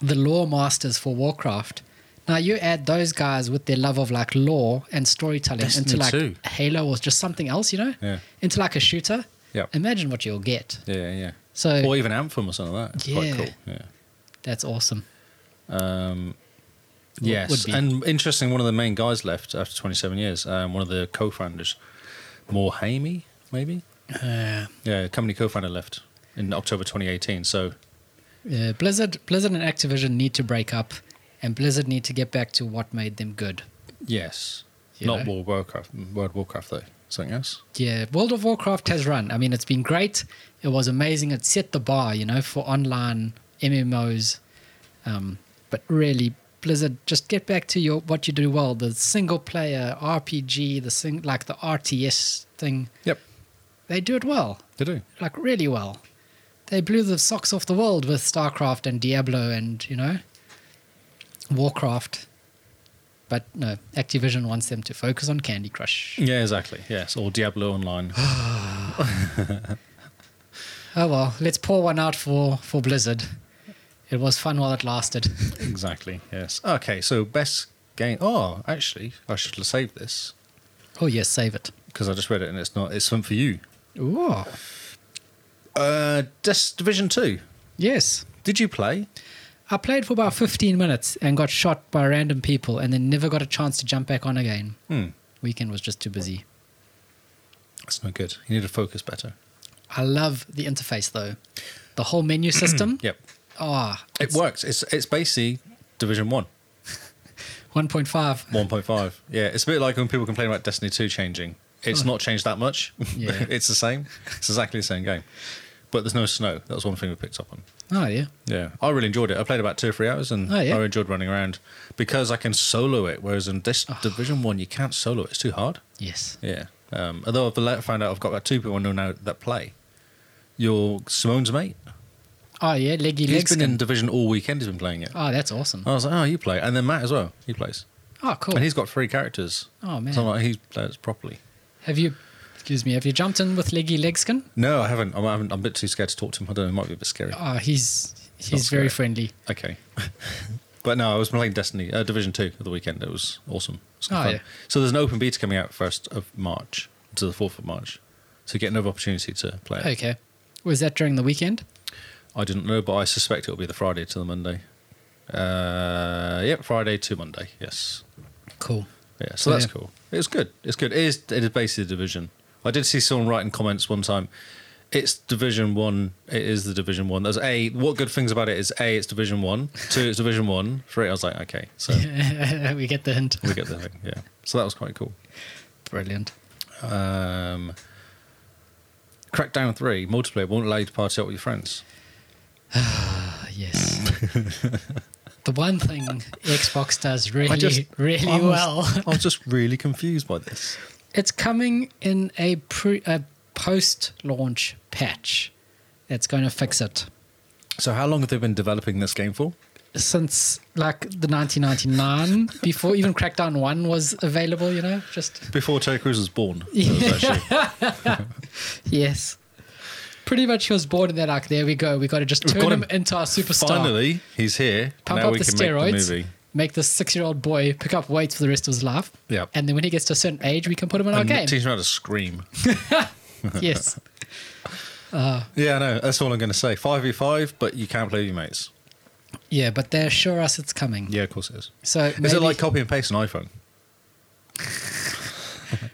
A: the law masters for Warcraft. Now you add those guys with their love of like law and storytelling
B: Destiny
A: into like
B: 2.
A: Halo or just something else, you know,
B: Yeah.
A: into like a shooter.
B: Yeah.
A: Imagine what you'll get.
B: yeah, yeah,
A: So
B: or even Anthem or something like that. It's
A: Uh, Yeah.
B: quite cool. Yeah.
A: that's awesome.
B: Um,
A: Would
B: yes,
A: be.
B: and interesting. One of the main guys left after 27 years. Um, one of the co-founders, more Hamey, maybe.
A: Uh,
B: Yeah, company co-founder left in October 2018. So
A: yeah, Blizzard, Blizzard and Activision need to break up, and Blizzard need to get back to what made them good.
B: yes,
A: You
B: not
A: know?
B: World of Warcraft. World of Warcraft though. Something else.
A: Yeah, World of Warcraft has run. I mean, it's been great. It was amazing. It set the bar, you know, for online MMOs. Um, but really, Blizzard, just get back to your what you do well: the single player RPG, the sing like the RTS thing.
B: Yep.
A: They do it well,
B: They do.
A: like really well. They blew the socks off the world with StarCraft and Diablo and you know, Warcraft. But no, Activision wants them to focus on Candy Crush.
B: Yeah, exactly. Yes, or Diablo Online.
A: Oh well, let's pour one out for for Blizzard. It was fun while it lasted.
B: exactly. Yes. Okay. So best game. Oh, actually, I should save this
A: Oh yes, save it.
B: because I just read it and it's not. It's something for you.
A: Ooh.
B: Uh, Des- Division Two.
A: Yes.
B: Did you play?
A: I played for about 15 minutes and got shot by random people and then never got a chance to jump back on again.
B: Hmm.
A: Weekend was just too busy.
B: That's no good. You need to focus better.
A: I love the interface though. The whole menu system.
B: Yep.
A: Ah,
B: It works. It's it's basically Division One,
A: 1.5.
B: one point five. Yeah, it's a bit like when people complain about Destiny Two changing. It's not changed that much.
A: Yeah.
B: it's the same. It's exactly the same game, but there's no snow. That was one thing we picked up on.
A: Oh yeah.
B: Yeah, I really enjoyed it. I played about two or three hours, and
A: Oh, yeah?
B: I enjoyed running around because I can solo it. Whereas in this Division One, you can't solo it; it's too hard.
A: Yes.
B: Yeah. Um, although I've la- found out I've got about two people I know now that play. Your Simone's mate.
A: Oh yeah, leggy
B: He's
A: legs.
B: been in Division all weekend. He's been playing it.
A: Oh, that's awesome.
B: I was like, oh, you play, and then Matt as well. He plays,
A: Oh, cool.
B: and he's got three characters.
A: Oh, man.
B: So I'm like, he plays properly.
A: Have you excuse me, have you jumped in with leggy legskin?
B: No, I haven't. I'm, I haven't. I'm a bit too scared to talk to him. I don't know. It might be a bit scary.
A: Oh, he's
B: not
A: he's very
B: scary.
A: friendly.
B: Okay. but no, I was playing Destiny uh, Division Two at the weekend. It was awesome. It was good
A: Oh,
B: fun.
A: yeah.
B: So there's an open beta coming out first of March to the fourth of March. So you get another opportunity to play it.
A: Okay. Was that during the weekend?
B: I didn't know, but I suspect it'll be the Friday to the Monday. Uh, yep, Friday to Monday. Yes.
A: Cool.
B: Yeah, so
A: Yeah.
B: that's cool. It's good. It's good. It is, it is basically the division. I did see someone write in comments one time. It's division one. It is the division one. There's a what good things about it is a it's division one. Two it's division one. Three I was like okay, so
A: we get the hint.
B: we get the thing. Yeah, so that was quite cool.
A: Brilliant.
B: Um, Crackdown three multiplayer won't allow you to party up with your friends.
A: Ah, yes. the one thing Xbox does really,
B: just-
A: really
B: I was-
A: well.
B: I was just really confused by this.
A: It's coming in a pre, a post-launch patch that's going to fix it.
B: So how long have they been developing this game for?
A: Since like the 1999, before even Crackdown One was available, you know, just
B: Before Terry Crews was born. That was actually-
A: yes. Pretty much he was born in that arc. There we go. We got to just
B: We've
A: turn
B: got
A: him,
B: him.
A: into our superstar.
B: Finally, he's here.
A: pump
B: now
A: up
B: we
A: the
B: can
A: steroids,
B: make the movie.
A: this six-year-old boy pick up weights for the rest of his life.
B: Yeah.
A: And then when he gets to a certain age, we can put him in our
B: And
A: game.
B: Teach him how to scream.
A: yes.
B: yeah, I know. That's all I'm going to say. 5v5, but you can't play with your mates.
A: Yeah, but they assure us it's coming.
B: Yeah, of course it is.
A: So
B: Is
A: maybe-
B: it like copy and paste an iPhone?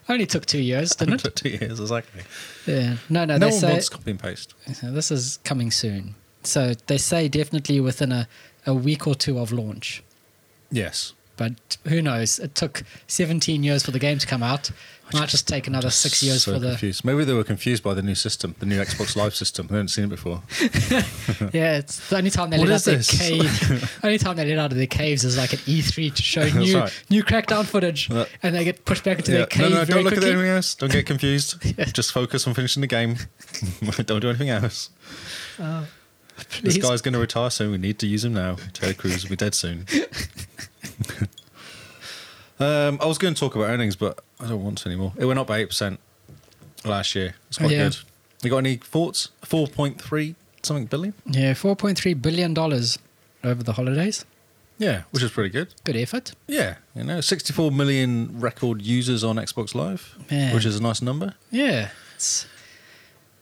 A: only took two years, didn't it?
B: For two years, exactly.
A: Yeah. No, no.
B: no
A: they
B: one
A: say
B: wants copy and paste.
A: So this is coming soon. So they say definitely within a, a week or two of launch.
B: Yes.
A: But who knows? It took 17 years for the game to come out. Might just take another six years
B: so
A: for the.
B: confused. Maybe they were confused by the new system, the new Xbox Live system. They hadn't seen it before.
A: Yeah, it's the only time they
B: What
A: let out
B: is
A: their
B: this?
A: cave. only time they let out of their caves is like an E3 to show new
B: right.
A: new crackdown footage,
B: That-
A: and they get pushed back into
B: Yeah.
A: their
B: No,
A: cave.
B: no,
A: very
B: don't look
A: quickly.
B: at anything else. Don't get confused. Just focus on finishing the game. don't do anything else. This
A: Please.
B: guy's going to retire soon. We need to use him now. Terry Crews will be dead soon. um, I was going to talk about earnings, but I don't want to anymore. It went up by 8% last year. It's quite
A: Yeah.
B: good. You got any thoughts? 4.3 something billion?
A: Yeah, 4.3 billion dollars over the holidays.
B: Yeah, which is pretty good.
A: Good effort.
B: Yeah, you know, 64 million record users on Xbox Live,
A: Man.
B: which is a nice number.
A: Yeah, it's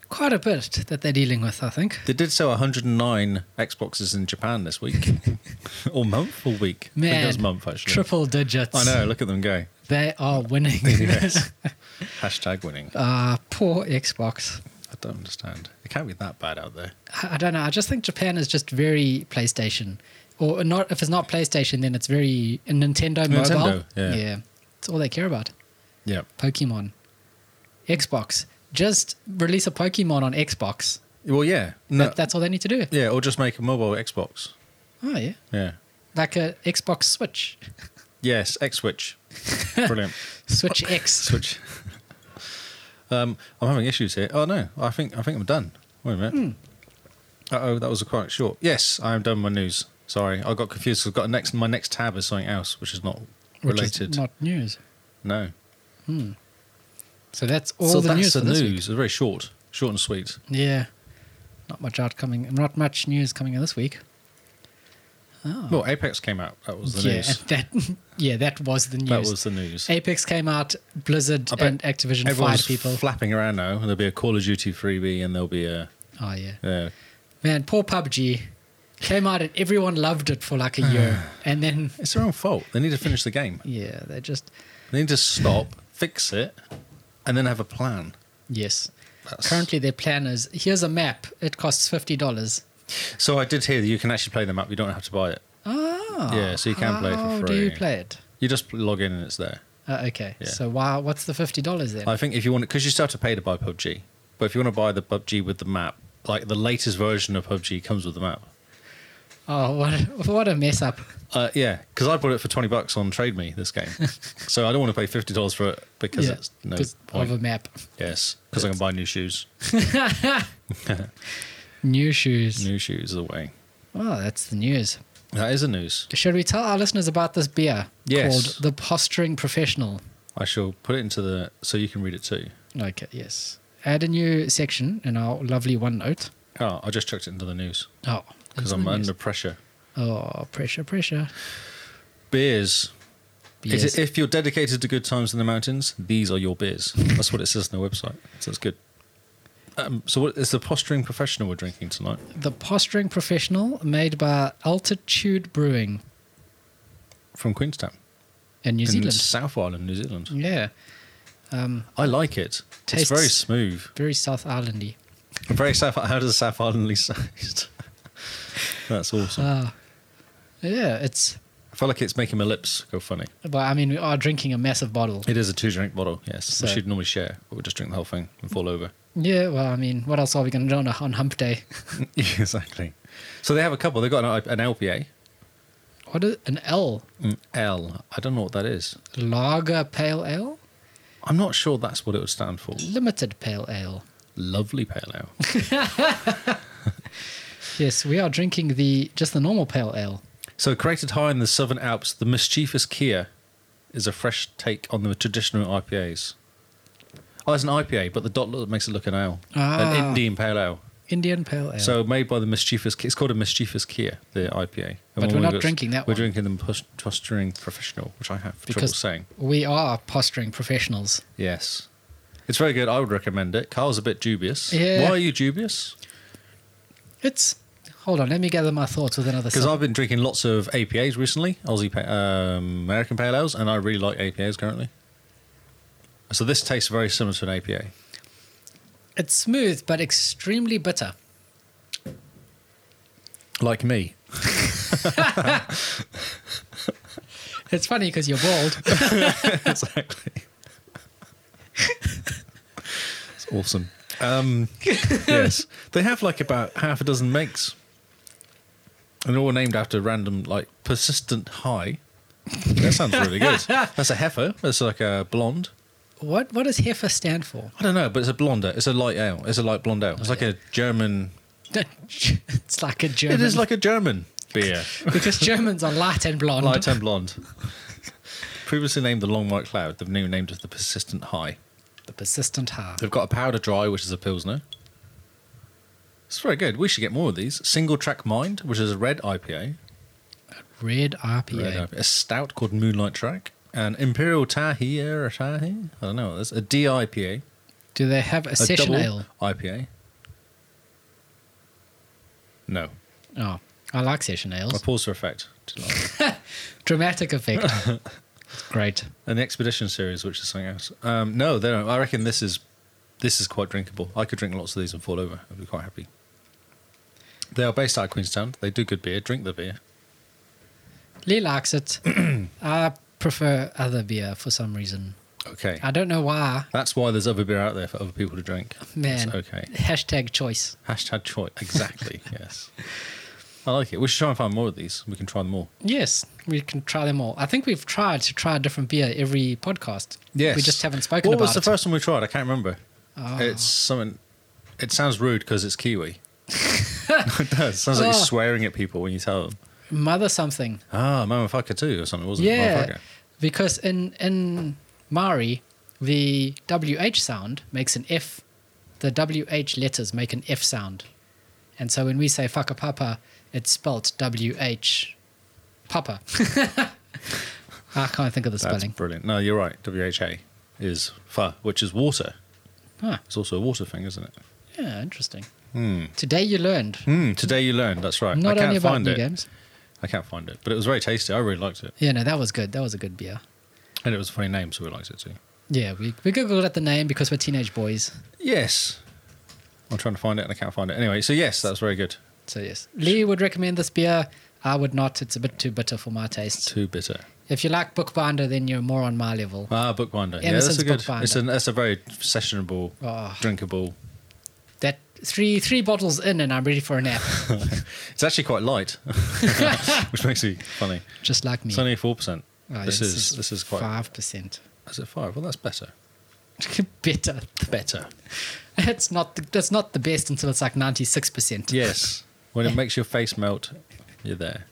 A: quite a bit that they're dealing with. I think.
B: They did sell 109 Xboxes in Japan this week, or month, or week. I think
A: Man,
B: it was month actually.
A: Triple digits.
B: I know. Look at them go.
A: They are winning.
B: Yes. Hashtag winning.
A: Ah, poor Xbox.
B: I don't understand. It can't be that bad out there.
A: I I don't know. I just think Japan is just very PlayStation, or not. If it's not PlayStation, then it's very Nintendo mobile.
B: Nintendo, yeah.
A: it's all they care about.
B: Yeah.
A: Pokemon, Xbox. Just release a Pokemon on Xbox.
B: Well, yeah. No.
A: That, that's all they need to do.
B: yeah, or just make a mobile Xbox.
A: Oh yeah,
B: Yeah.
A: like a Xbox Switch,
B: Yes, X Switch. Brilliant.
A: Switch X.
B: Switch. um, I'm having issues here. Oh no, I think I think I'm done. Wait a minute.
A: Hmm.
B: Uh oh, that was quite short. Yes, I am done with my news. Sorry, I got confused. I've got a next my next tab is something else, which is not
A: which is
B: related.
A: not news.
B: no,
A: So that's all
B: so
A: the
B: that's
A: news
B: the
A: for this
B: news.
A: week.
B: It's very short, short and sweet.
A: Yeah, not much out coming. Not much news coming in this week. Oh.
B: Well, Apex came out. That was the
A: yeah,
B: news.
A: and that yeah, that was the news.
B: That was the news.
A: Apex came out, Blizzard
B: I bet
A: and Activision fired
B: Everyone's
A: people.
B: flapping around now. There'll be a Call of Duty freebie, and there'll be a.
A: oh yeah,
B: Uh,
A: man, poor PUBG came out and everyone loved it for like a year, and then
B: it's their own fault. They need to finish the game.
A: yeah, they just
B: They need to stop, fix it, and then have a plan.
A: yes.
B: That's-
A: Currently, their plan is here's a map. It costs fifty dollars.
B: So I did hear that you can actually play the map. You don't have to buy it.
A: Oh,
B: Yeah, so you can play it for
A: How do you
B: free.
A: play it?
B: You just log in and it's there.
A: Uh, okay,
B: Yeah.
A: so why? What's the fifty dollars then?
B: I think if you want, because you still have to pay to buy PUBG. But if you want to buy the PUBG with the map, like the latest version of PUBG comes with the map.
A: oh, what what a mess up!
B: Uh, yeah, because I bought it for twenty bucks on Trade Me this game, so I don't want to pay fifty dollars for it because it's no
A: 'cause
B: point.
A: of a map.
B: yes, because I can buy new shoes.
A: New shoes.
B: New shoes is the way.
A: Oh, that's the news.
B: That is the news.
A: Should we tell our listeners about this beer
B: Yes.
A: called the Posturing Professional?
B: I shall put it into the so you can read it too.
A: Okay, yes. Add a new section in our lovely OneNote.
B: Oh, I just chucked it into the news
A: Oh,
B: because
A: into
B: I'm
A: the news.
B: under pressure.
A: Oh, pressure, pressure.
B: Beers. It-
A: Yes.
B: if you're dedicated to good times in the mountains, these are your beers. That's what it says on their website. So it's good. Um, so what is the posturing professional we're drinking tonight?
A: the Posturing Professional, made by Altitude Brewing
B: From Queenstown.
A: in New
B: in
A: Zealand.
B: South Island, New Zealand.
A: Yeah, um,
B: I like it.
A: Tastes-
B: It's very smooth.
A: very South Islandy.
B: Very South How does South Islandly taste? That's awesome.
A: Ah, yeah, it's.
B: I feel like it's making my lips go funny.
A: But I mean, we are drinking a massive bottle.
B: It is a two drink bottle, yes.
A: So-
B: We should normally share, but we'll just drink the whole thing and fall over.
A: Yeah, well, I mean, what else are we going to do on, a- on Hump Day?
B: exactly. So they have a couple. They've got an, an LPA.
A: What is an L
B: Mm, L. I don't know what that is.
A: Lager Pale Ale?
B: I'm not sure that's what it would stand for.
A: Limited Pale Ale.
B: Lovely pale ale.
A: Yes, we are drinking the just the normal pale ale.
B: so created high in the Southern Alps, the mischievous Kia is a fresh take on the traditional IPAs. Oh, it's an IPA, but the dot look makes it look an ale, an
A: Ah.
B: Indian pale ale.
A: Indian pale ale.
B: So made by the mischievous. It's called a mischievous Kia, the IPA. And
A: But
B: when
A: we're
B: we
A: not
B: got-
A: drinking that
B: We're
A: one.
B: drinking the pos- posturing professional, which I have trouble
A: Because-
B: saying.
A: we are posturing professionals.
B: Yes. It's very good. I would recommend it. Carl's a bit dubious.
A: Yeah.
B: Why are you dubious?
A: It's Hold on, let me gather my thoughts with another.
B: Because
A: sip.
B: I've been drinking lots of APAs recently, Aussie pa- um, American Pale Ales, and I really like APAs currently. So this tastes very similar to an APA.
A: It's smooth but extremely bitter.
B: Like me.
A: It's funny because you're bald.
B: exactly. it's awesome. Um, yes, they have like about half a dozen makes, and they're all named after random like persistent high. That sounds really good. That's a heifer. That's like a blonde.
A: what what does heifer stand for?
B: I don't know, but it's a blonde. ale. It's a light ale. It's a light blonde ale. It's like a German.
A: it's like a German.
B: It is like a German beer.
A: because Germans are light and blonde.
B: light and blonde. Previously named the Long White Cloud, they've now named it the Persistent High.
A: The persistent high.
B: They've got a powder dry, which is a pilsner. It's very good. We should get more of these. Single track mind, which is a red IPA,
A: Red RPA.
B: red IPA. a stout called Moonlight Track, an Imperial Tahi or Tahi. I don't know what this. A DIPA,
A: Do they have a,
B: a
A: session
B: double
A: ale?
B: IPA. No,
A: Oh, I like session
B: I
A: ales.
B: paused for effect. Didn't like it.
A: Dramatic effect. Great.
B: An expedition series, which is something else. Um, no, they don't. I reckon this is this is quite drinkable. I could drink lots of these and fall over. I'd be quite happy. They are based out of Queenstown. They do good beer. Drink the beer.
A: Lee likes it. I prefer other beer for some reason.
B: Okay.
A: I don't know why.
B: That's why there's other beer out there for other people to drink.
A: Man.
B: It's okay.
A: Hashtag choice.
B: Hashtag choice. Exactly. yes. I like it. We should try and find more of these. We can try them all.
A: Yes, we can try them all. I think we've tried to try a different beer every podcast.
B: Yes.
A: We just haven't spoken
B: what
A: about
B: was the Uh,
A: it.
B: first one we tried? I can't remember.
A: Oh.
B: It's something. It sounds rude because it's Kiwi. it does. Sounds like
A: Oh.
B: you're swearing at people when you tell them.
A: Mother something.
B: Ah, motherfucker too, or something, wasn't
A: Yeah.
B: it? Motherfucker.
A: Because in in Maori, the WH sound makes an F. The WH letters make an F sound. And so when we say "fucker papa, it's spelt WH papa. I can't think of the
B: That's
A: spelling.
B: brilliant. No, you're right. WHA is fa, which is water.
A: Huh.
B: It's also a water thing, isn't it?
A: Yeah, interesting.
B: Hmm.
A: Today you learned.
B: Hmm. Today you learned. That's right.
A: Not only
B: I can't
A: about
B: find
A: new
B: it.
A: games.
B: I can't find it, but it was very tasty. I really liked it,
A: Yeah, no, that was good. That was a good beer.
B: and it was a funny name, so we liked it too.
A: Yeah, we, we googled at the name because we're teenage boys.
B: Yes. I'm trying to find it and I can't find it. Anyway, so yes, that's very good.
A: So yes, Lee would recommend this beer. I would not. It's a bit too bitter for my taste.
B: Too bitter.
A: If you like Bookbinder, then you're more on my level.
B: Ah, Bookbinder. Yeah, that's
A: Emerson's
B: a good.
A: Bookbinder.
B: It's an, that's a very sessionable,
A: Oh,
B: drinkable.
A: that three three bottles in, and I'm ready for a nap,
B: It's actually quite light, which makes it funny.
A: just like me.
B: It's only four percent.
A: Oh,
B: this
A: yeah,
B: is this is quite.
A: five percent
B: Is it five? Well, that's better.
A: bitter.
B: Better.
A: That's not the, that's not the best until it's like ninety six percent.
B: Yes. When it makes your face melt, you're there.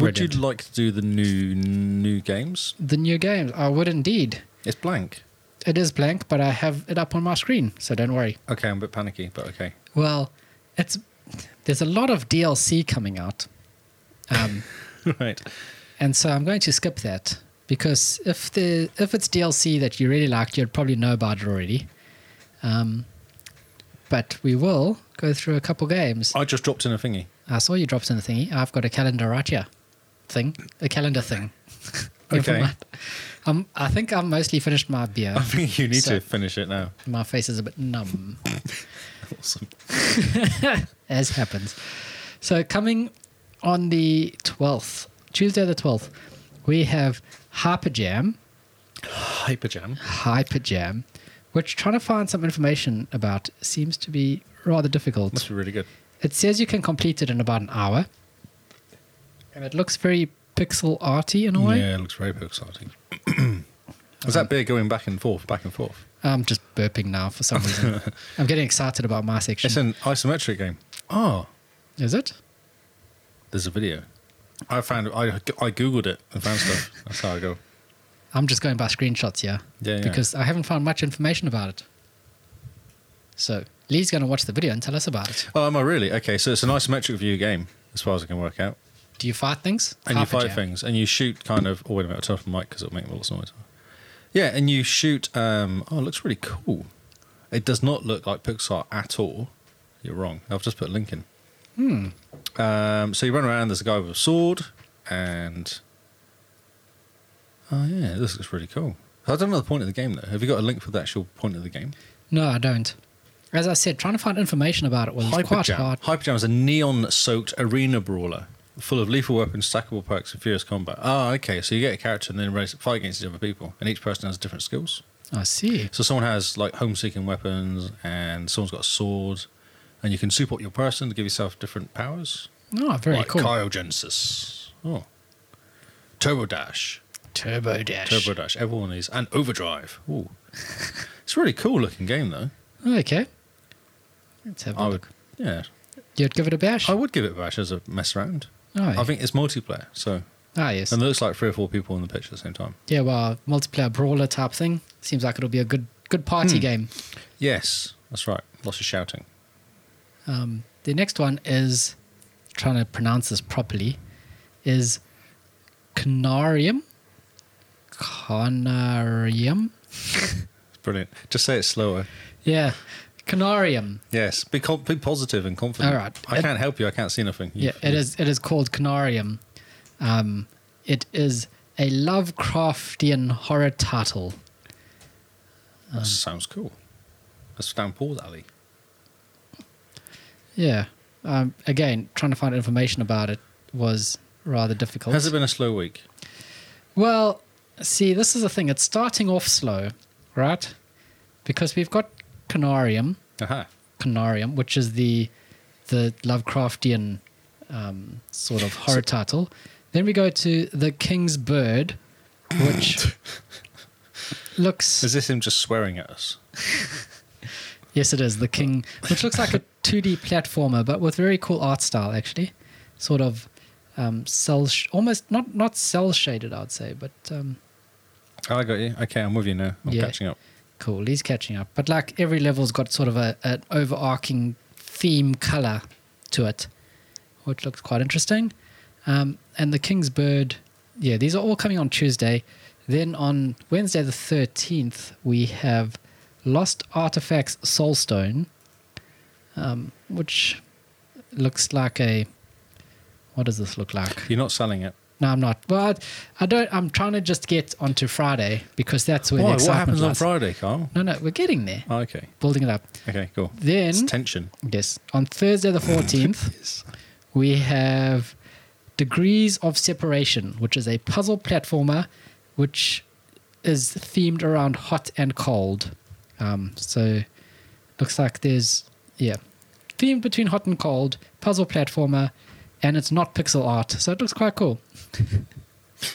B: Would
A: Brilliant.
B: you like to do the new new games?
A: The new games. I would indeed.
B: It's blank.
A: It is blank, but I have it up on my screen, so don't worry.
B: Okay, I'm a bit panicky, but okay.
A: Well, it's there's a lot of DLC coming out. Um,
B: right.
A: And so I'm going to skip that because if the if it's DLC that you really liked, you'd probably know about it already. Um, but we will go through a couple games.
B: I just dropped in a thingy.
A: I saw you dropped in the thingy. I've got a calendar right here, thing, a calendar thing. Never
B: Okay.
A: mind. Um, I think I've mostly finished my beer.
B: I think you need
A: So-
B: to finish it now.
A: My face is a bit numb,
B: Awesome.
A: as happens. So coming on the 12th, Tuesday the 12th, we have Hyper Jam.
B: Hyperjam.
A: Hyperjam, which trying to find some information about seems to be rather
B: Must
A: difficult.
B: be really good.
A: It says you can complete it in about an hour, and it looks very pixel arty in a way.
B: Yeah, it looks very exciting. Is that beer going back and forth, back and forth?
A: I'm just burping now for some reason. I'm getting excited about my section.
B: It's an isometric game. Oh,
A: Is it?
B: there's a video. I found I I googled it and found stuff. That's how I go.
A: I'm just going by screenshots here
B: Yeah, yeah.
A: because I haven't found much information about it. So Lee's going to watch the video and tell us about it.
B: Oh, am I really? Okay, so it's an isometric view game, as far as I can work out.
A: Do you fight things?
B: and you fight
A: Hyperjam.
B: things, and you shoot kind of. Oh wait a minute, I'll turn off the mic because it'll make lots of noise. Yeah, and you shoot. Um, oh, it looks really cool. It does not look like Pixar at all. You're wrong. I've just put a link in. Um, so you run around. There's a guy with a sword, and oh yeah, this looks really cool. I don't know the point of the game though. Have you got a link for the actual point of the game?
A: No, I don't. As I said, trying to find information about it was quite hard.
B: Hyperjam is a neon-soaked arena brawler full of lethal weapons, stackable perks, and furious combat. Ah, okay. So you get a character and then race, fight against these other people, and each person has different skills.
A: I see.
B: So someone has like home-seeking weapons, and someone's got a sword, and you can soup up your person to give yourself different powers.
A: Oh, very
B: like
A: cool.
B: Cryogenesis. Oh. Turbo Dash.
A: Turbo Dash.
B: Turbo Dash. Everyone is. And Overdrive. Ooh. it's a really cool looking game, though.
A: Okay. Let's have a
B: I
A: look.
B: would. Yeah.
A: You'd give it a bash?
B: I would give it a bash as a mess around.
A: Aye.
B: I think it's multiplayer, so.
A: ah, yes.
B: And there looks like three or four people in the pitch at the same time.
A: Yeah, well, multiplayer brawler type thing. Seems like it'll be a good good party
B: Hmm.
A: game.
B: Yes, that's right. Lots of shouting.
A: Um, the next one is trying to pronounce this properly is Canarium. Canarium.
B: It's brilliant. Just say it slower.
A: Yeah, Canarium.
B: Yes, be, com- be positive and confident.
A: All right.
B: I
A: It-
B: can't help you. I can't see nothing.
A: Yeah, it is. It is called Canarium. Um, it is a Lovecraftian horror title.
B: That sounds cool. That's down Paul's alley.
A: Yeah. Um, again, trying to find information about it was rather difficult.
B: Has it been a slow week?
A: Well, see, this is the thing. It's starting off slow, right? Because we've got Canarium,
B: Aha.
A: Canarium, which is the the Lovecraftian um, sort of horror title. Then we go to the King's Bird, which looks
B: Is this him just swearing at us?
A: yes, it is the King, which looks like a 2D platformer, but with very cool art style actually, sort of um, cell sh- almost not not cell shaded, I'd say, but um,
B: Oh, I got you. Okay, I'm with you now. I'm
A: Yeah.
B: catching up.
A: Cool, he's catching up. But like every level's got sort of a, an overarching theme color to it, which looks quite interesting. Um, and the King's Bird, yeah, these are all coming on Tuesday. Then on Wednesday the 13th, we have Lost Artifacts Soulstone, um, which looks like a. What does this look like?
B: You're not selling it.
A: No, I'm not. Well, I, I don't. I'm trying to just get onto Friday because that's where the
B: Why? What
A: excitement
B: happens on
A: lies.
B: Friday, Carl?
A: No, no, we're getting there,
B: Oh, okay.
A: building it up.
B: Okay, cool.
A: Then,
B: It's tension.
A: yes, on Thursday the 14th, we have Degrees of Separation, which is a puzzle platformer which is themed around hot and cold. Um, so, looks like there's, yeah, themed between hot and cold, puzzle platformer, and it's not pixel art. So, it looks quite cool.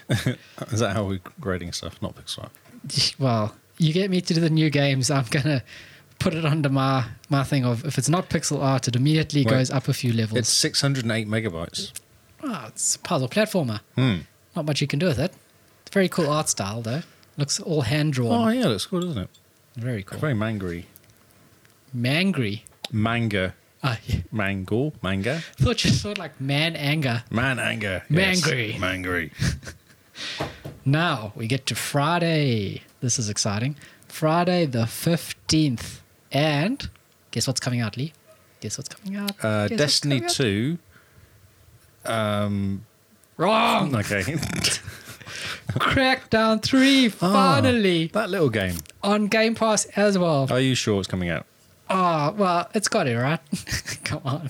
B: Is that how we're grading stuff? Not Pixar.
A: well, you get me to do the new games, I'm gonna put it under my my thing of if it's not pixel art, it immediately
B: Wait.
A: goes up a few levels.
B: It's 608 megabytes.
A: Ah, it's a puzzle platformer.
B: Hmm.
A: Not much you can do with it. It's very cool art style though. Looks all hand
B: Oh,
A: drawn.
B: yeah, looks cool, doesn't it?
A: Very cool.
B: Very mangry.
A: Mangry.
B: Manga.
A: Ah, yeah.
B: Mangle. Manga.
A: thought you thought like man anger.
B: Man anger.
A: Mangry.
B: Mangry.
A: Now we get to Friday. This is exciting. Friday the fifteenth, and guess what's coming out, Lee? Guess what's coming out?
B: Uh,
A: Guess what's
B: Destiny
A: coming out?
B: 2. Um,
A: Wrong.
B: okay.
A: Crackdown 3 finally
B: that little game.
A: on Game Pass as well.
B: Are you sure it's coming out?
A: Ah, well, it's got it, right? Come on.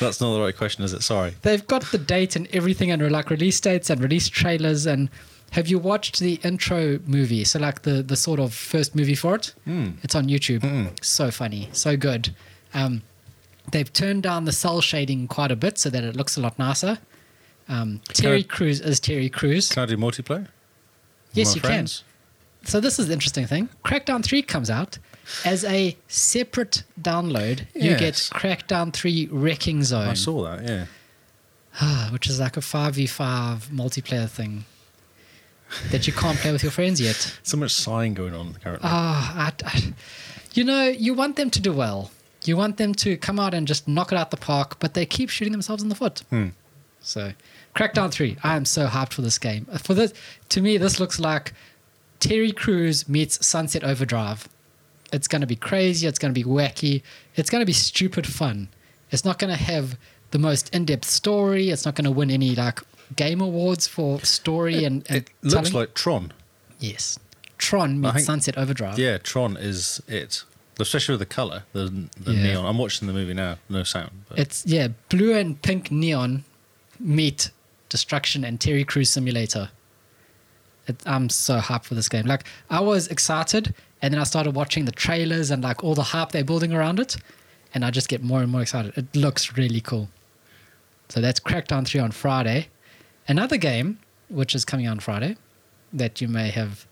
B: That's not the right question, is it? Sorry.
A: They've got the date and everything and like release dates and release trailers and have you watched the intro movie? So like the the sort of first movie for it? It's on YouTube. So funny, so good. Um they've turned down the cell shading quite a bit so that it looks a lot nicer. Um, Terry Crews is Terry Crews.
B: Can I do multiplayer?
A: Yes,
B: My
A: you
B: friends?
A: can. So this is the interesting thing. Crackdown 3 comes out as a separate download. You get
B: Yes.
A: Crackdown 3 Wrecking
B: I
A: Zone,
B: saw that, yeah.
A: which is like a 5v5 multiplayer thing that you can't play with your friends yet.
B: So much sighing going on currently.
A: Ah, I- I- you know, you want them to do well. You want them to come out and just knock it out the park, but they keep shooting themselves in the foot.
B: Hmm.
A: So, Crackdown 3. I am so hyped for this game. Uh, For this, to me, this looks like Terry Crews meets Sunset Overdrive. It's going to be crazy. It's going to be wacky. It's going to be stupid fun. It's not going to have the most in-depth story. It's not going to win any like game awards for story and, and
B: It looks
A: telling.
B: like Tron.
A: yes. Tron meets
B: think-
A: Sunset Overdrive.
B: Yeah, Tron is it. Especially with the color, the, the
A: Yeah.
B: neon. I'm watching the movie now. No sound. But
A: It's yeah, blue and pink neon meet destruction and Terry Crews simulator. It, I'm so hyped for this game. Like I was excited, and then I started watching the trailers and like all the hype they're building around it, and I just get more and more excited. It looks really cool. So that's Crackdown 3 on Friday. Another game which is coming out on Friday that you may have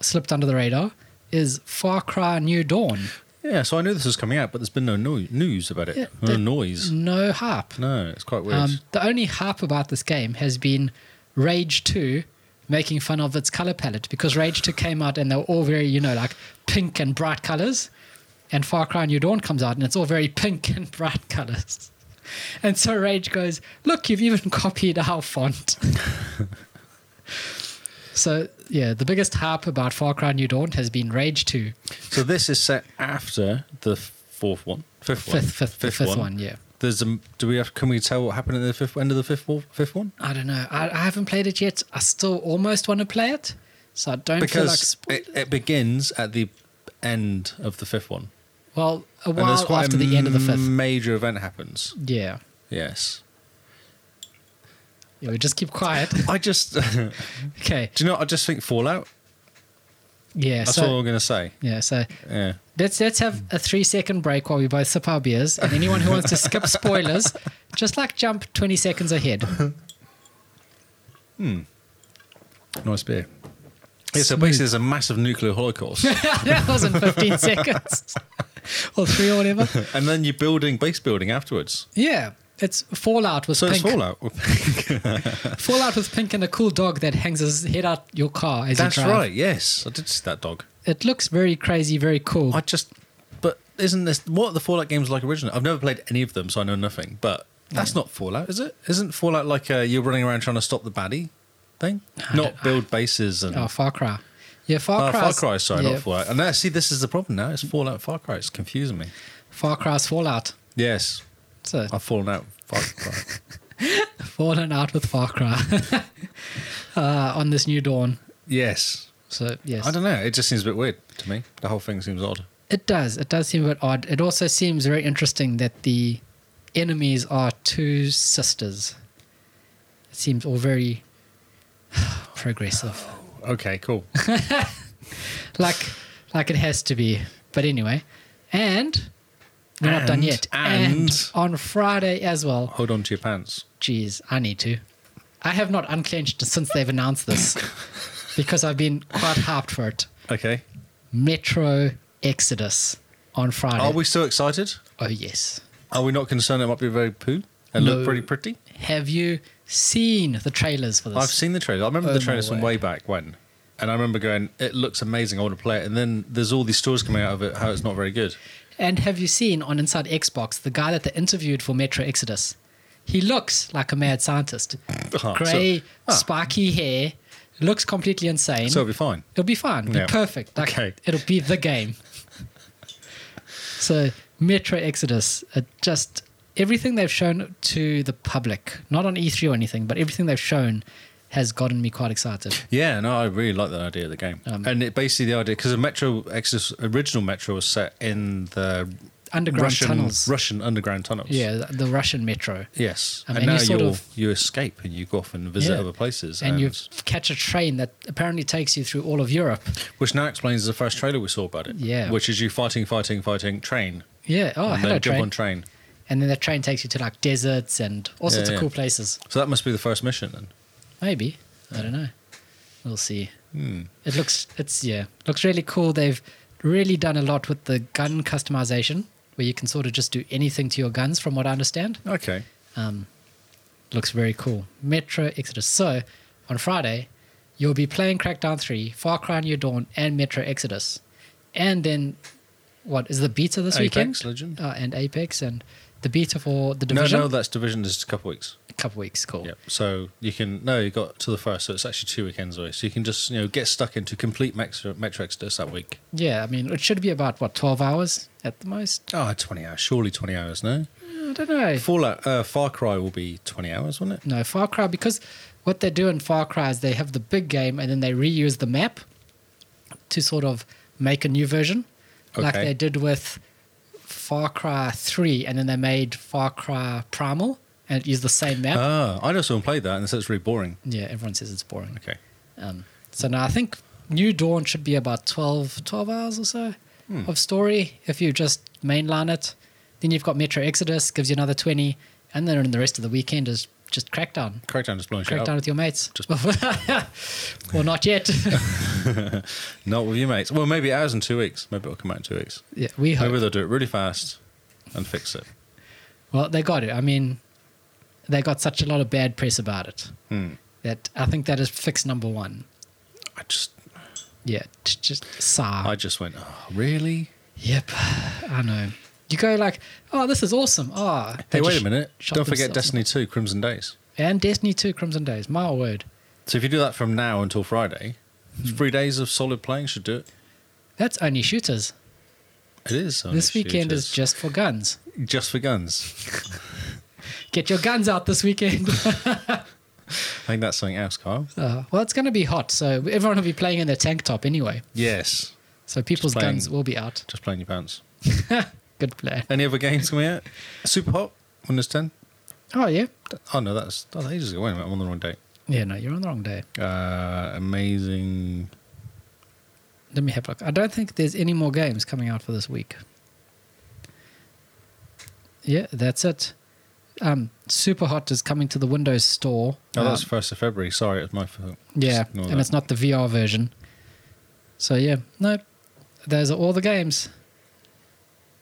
A: slipped under the radar is Far Cry New Dawn.
B: yeah, so I knew this was coming out, but there's been no no- news about it.
A: Yeah,
B: no
A: that-
B: noise.
A: No hype.
B: No, it's quite weird.
A: Um, the only hype about this game has been Rage 2 making fun of its color palette because Rage 2 came out and they were all very, you know, like pink and bright colors. And Far Cry New Dawn comes out and it's all very pink and bright colors. And so Rage goes, Look, you've even copied our font. so, yeah, the biggest hype about Far Cry New Dawn has been Rage 2,
B: so this is set after the fourth one, fifth one,
A: fifth, fifth, the fifth one, yeah.
B: There's a. Do we have? Can we tell what happened at the fifth end of the fifth one? Fifth one?
A: I don't know. I, I haven't played it yet. I still almost want to play it. So I don't feel like.
B: Because
A: spo-
B: it, it begins at the end of the fifth one,
A: Well, a
B: and there's
A: while
B: quite
A: after
B: a
A: the end of the fifth.
B: major event happens.
A: Yeah.
B: Yes,
A: Yeah, we just keep quiet.
B: I just. do
A: okay.
B: you know? what? I just think Fallout.
A: Yeah.
B: That's all
A: So
B: I'm gonna say.
A: yeah. So
B: Yeah.
A: let's let's have a three second break while we both sip our beers, and anyone who wants to skip spoilers, just like jump twenty seconds ahead.
B: Nice beer. Yeah, so
A: Smooth.
B: basically, there's a massive nuclear holocaust,
A: that wasn't fifteen seconds or three or whatever.
B: and then you're building base building afterwards.
A: Yeah. It's Fallout with
B: So
A: pink.
B: it's Fallout.
A: Fallout with pink and a cool dog that hangs his head out your car as
B: That's
A: you drive.
B: right. Yes, I did see that dog.
A: It looks very crazy, very cool.
B: I just, but isn't this what the Fallout games like originally? I've never played any of them, so I know nothing. But that's
A: Hmm.
B: not Fallout, is it? Isn't Fallout like uh, you're running around trying to stop the baddie thing, not build bases and
A: oh, Far Cry. Yeah, Far
B: Oh,
A: Cry.
B: Far Cry? Sorry,
A: yeah,
B: not Fallout. And now, see, this is the problem now. It's Fallout, Far Cry. It's confusing me.
A: Far Cry's Fallout.
B: Yes,
A: So
B: I've fallen out. Far Cry.
A: fallen out with Far Cry uh, on this new dawn.
B: yes,
A: So yes,
B: I don't know. It just seems a bit weird to me. The whole thing seems odd.
A: it does. It does seem a bit odd. It also seems very interesting that the enemies are two sisters. It seems all very progressive,
B: Okay, cool.
A: like like it has to be. But anyway, and we're not done
B: And-
A: yet.
B: and-
A: on Friday as well.
B: Hold on to your pants.
A: Jeez, I need to. I have not unclenched since they've announced this because I've been quite hyped for it.
B: Okay.
A: Metro Exodus on Friday.
B: Are we still excited?
A: oh yes.
B: Are we not concerned it might be very poo and
A: No.
B: look pretty pretty?
A: Have you seen the trailers for this?
B: I've seen the trailer. I remember
A: Oh,
B: the
A: no
B: trailer from
A: way.
B: way back when. And I remember going, it looks amazing. I want to play it. And then there's all these stories coming out of it, how it's not very good.
A: and have you seen on Inside Xbox the guy that they interviewed for Metro Exodus? He looks like a mad scientist.
B: Ah,
A: Grey,
B: so- ah.
A: spiky hair, looks completely insane.
B: So it'll be fine.
A: It'll be fine. It'll
B: Yeah.
A: Be perfect. Like,
B: Okay.
A: It'll be the game. so Metro Exodus, it just everything they've shown to the public, not on E3 or anything, but everything they've shown has gotten me quite excited.
B: Yeah, no, I really like that idea of the game.
A: Um,
B: and it basically the idea, because the Metro Exodus, original Metro was set in the
A: Underground
B: Russian,
A: tunnels.
B: Russian underground tunnels.
A: Yeah, the- the Russian Metro.
B: Yes.
A: Um,
B: and
A: and you
B: now
A: sort
B: you
A: of-
B: you escape and you go off and visit
A: Yeah.
B: other places.
A: And you catch a train that apparently takes you through all of Europe.
B: Which now explains the first trailer we saw about it.
A: Yeah.
B: Which is you fighting, fighting, fighting, train.
A: Yeah. Oh,
B: and
A: hello
B: then jump
A: train.
B: on train.
A: and then that train takes you to like deserts and all sorts of
B: Yeah, yeah.
A: cool places.
B: So that must be the first mission then.
A: Maybe. I don't know. We'll see.
B: Hmm.
A: It looks it's yeah. Looks really cool. They've really done a lot with the gun customization where you can sort of just do anything to your guns from what I understand.
B: Okay.
A: Um, looks very cool. Metro Exodus. So on Friday, you'll be playing Crackdown 3, Far Cry New Dawn, and Metro Exodus. And then what is the beta this
B: Apex
A: weekend?
B: Legend.
A: Uh, and Apex and the beta for the division.
B: No, no, that's division is a couple weeks.
A: a couple weeks, cool.
B: Yep. So you can no, you got to the first, so it's actually two weekends away. So you can just you know get stuck into complete Metro, Metro Exodus that week.
A: Yeah, I mean, it should be about, what, 12 Ah, hours at the most?
B: Oh, 20 hours, surely twenty hours, no?
A: Uh, I don't know.
B: Fallout, uh, Far Cry will be 20 hours, won't it?
A: No, Far Cry because what they do in Far Cry is they have the big game and then they reuse the map to sort of make a new version, like
B: Okay.
A: they did with Far Cry Three, and then they made Far Cry Primal and it used the same map.
B: Ah, I know someone played that and it said it's really boring.
A: yeah, everyone says it's boring.
B: Okay.
A: Um, so now I think New Dawn should be about 12, 12 hours or so
B: Hmm.
A: of story if you just mainline it. Then you've got Metro Exodus, gives you another 20, and then the rest of the weekend is just Crackdown.
B: Crackdown just blowing shit
A: Crackdown
B: up.
A: with your mates.
B: Just-
A: well, not yet.
B: Not with you, mates. Well, maybe ours in two weeks. Maybe it'll come out in two weeks.
A: yeah, we hope.
B: Maybe they'll do it really fast and fix it.
A: Well, they got it. I mean, they got such a lot of bad press about it
B: Hmm.
A: that I think that is fix number one.
B: I just,
A: Yeah, t- just sigh.
B: I just went, oh, really?
A: Yep, I know. You go like, oh, this is awesome. Oh,
B: Hey, wait a minute.
A: shot
B: Don't forget
A: themselves in
B: Destiny 2 Crimson Days.
A: And Destiny 2 Crimson Days. My word.
B: So if you do that from now until Friday, three days of solid playing should do it.
A: That's only shooters.
B: It is. only
A: this weekend is
B: shooters.
A: just for guns.
B: just for guns.
A: Get your guns out this weekend.
B: I think that's something else, Kyle.
A: Uh, well, it's going to be hot, so everyone will be playing in their tank top anyway.
B: Yes.
A: So people's
B: playing-
A: guns will be out.
B: Just playing your pants.
A: Good plan.
B: Any other games coming out? Super Hot, Windows 10.
A: Oh, yeah?
B: Oh no, that's oh, ages ago. Wait a minute, I'm on the wrong date.
A: Yeah, no, you're on the wrong day.
B: Uh, amazing.
A: Let me have a look. I don't think there's any more games coming out for this week. Yeah, that's it. Um, Super Hot is coming to the Windows Store.
B: Oh, that's
A: Um,
B: first of February. Sorry, it's my fault.
A: Yeah,
B: Just ignore
A: and
B: that.
A: it's not the VR version. So yeah, no, those are all the games.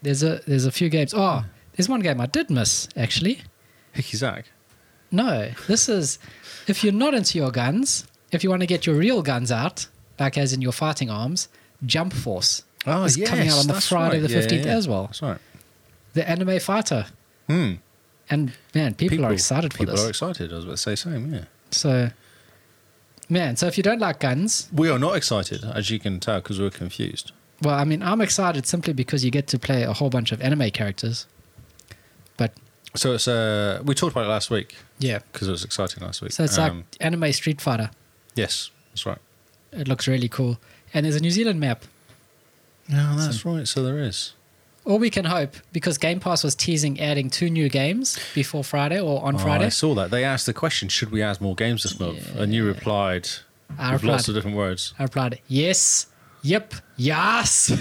A: There's a there's a few games. Oh, there's one game I did miss actually.
B: Hickey Zack.
A: No, this is if you're not into your guns, if you want to get your real guns out, like as in your fighting arms, Jump Force
B: Oh,
A: is coming out on the
B: that's
A: Friday
B: right.
A: the
B: Yeah,
A: fifteenth
B: yeah.
A: as well.
B: That's right.
A: The anime fighter,
B: Hmm.
A: and man, people, are excited for
B: people
A: this.
B: are excited. I was about to say same. Yeah,
A: so, man, so if you don't like guns,
B: we are not excited, as you can tell, because we're confused.
A: Well, I mean, I'm excited simply because you get to play a whole bunch of anime characters. But
B: So it's uh, we talked about it last week
A: yeah,
B: because it was exciting last week.
A: so it's like
B: Um,
A: anime Street Fighter.
B: yes, that's right.
A: It looks really cool, and there's a New Zealand map.
B: No, Oh, that's right. So there is.
A: All we can hope, because Game Pass was teasing adding two new games before Friday or on
B: Oh, I
A: Friday.
B: saw that they asked the question: Should we add more games this month? And you replied
A: I
B: with
A: replied,
B: lots of different words.
A: I replied, yes, yep, yes,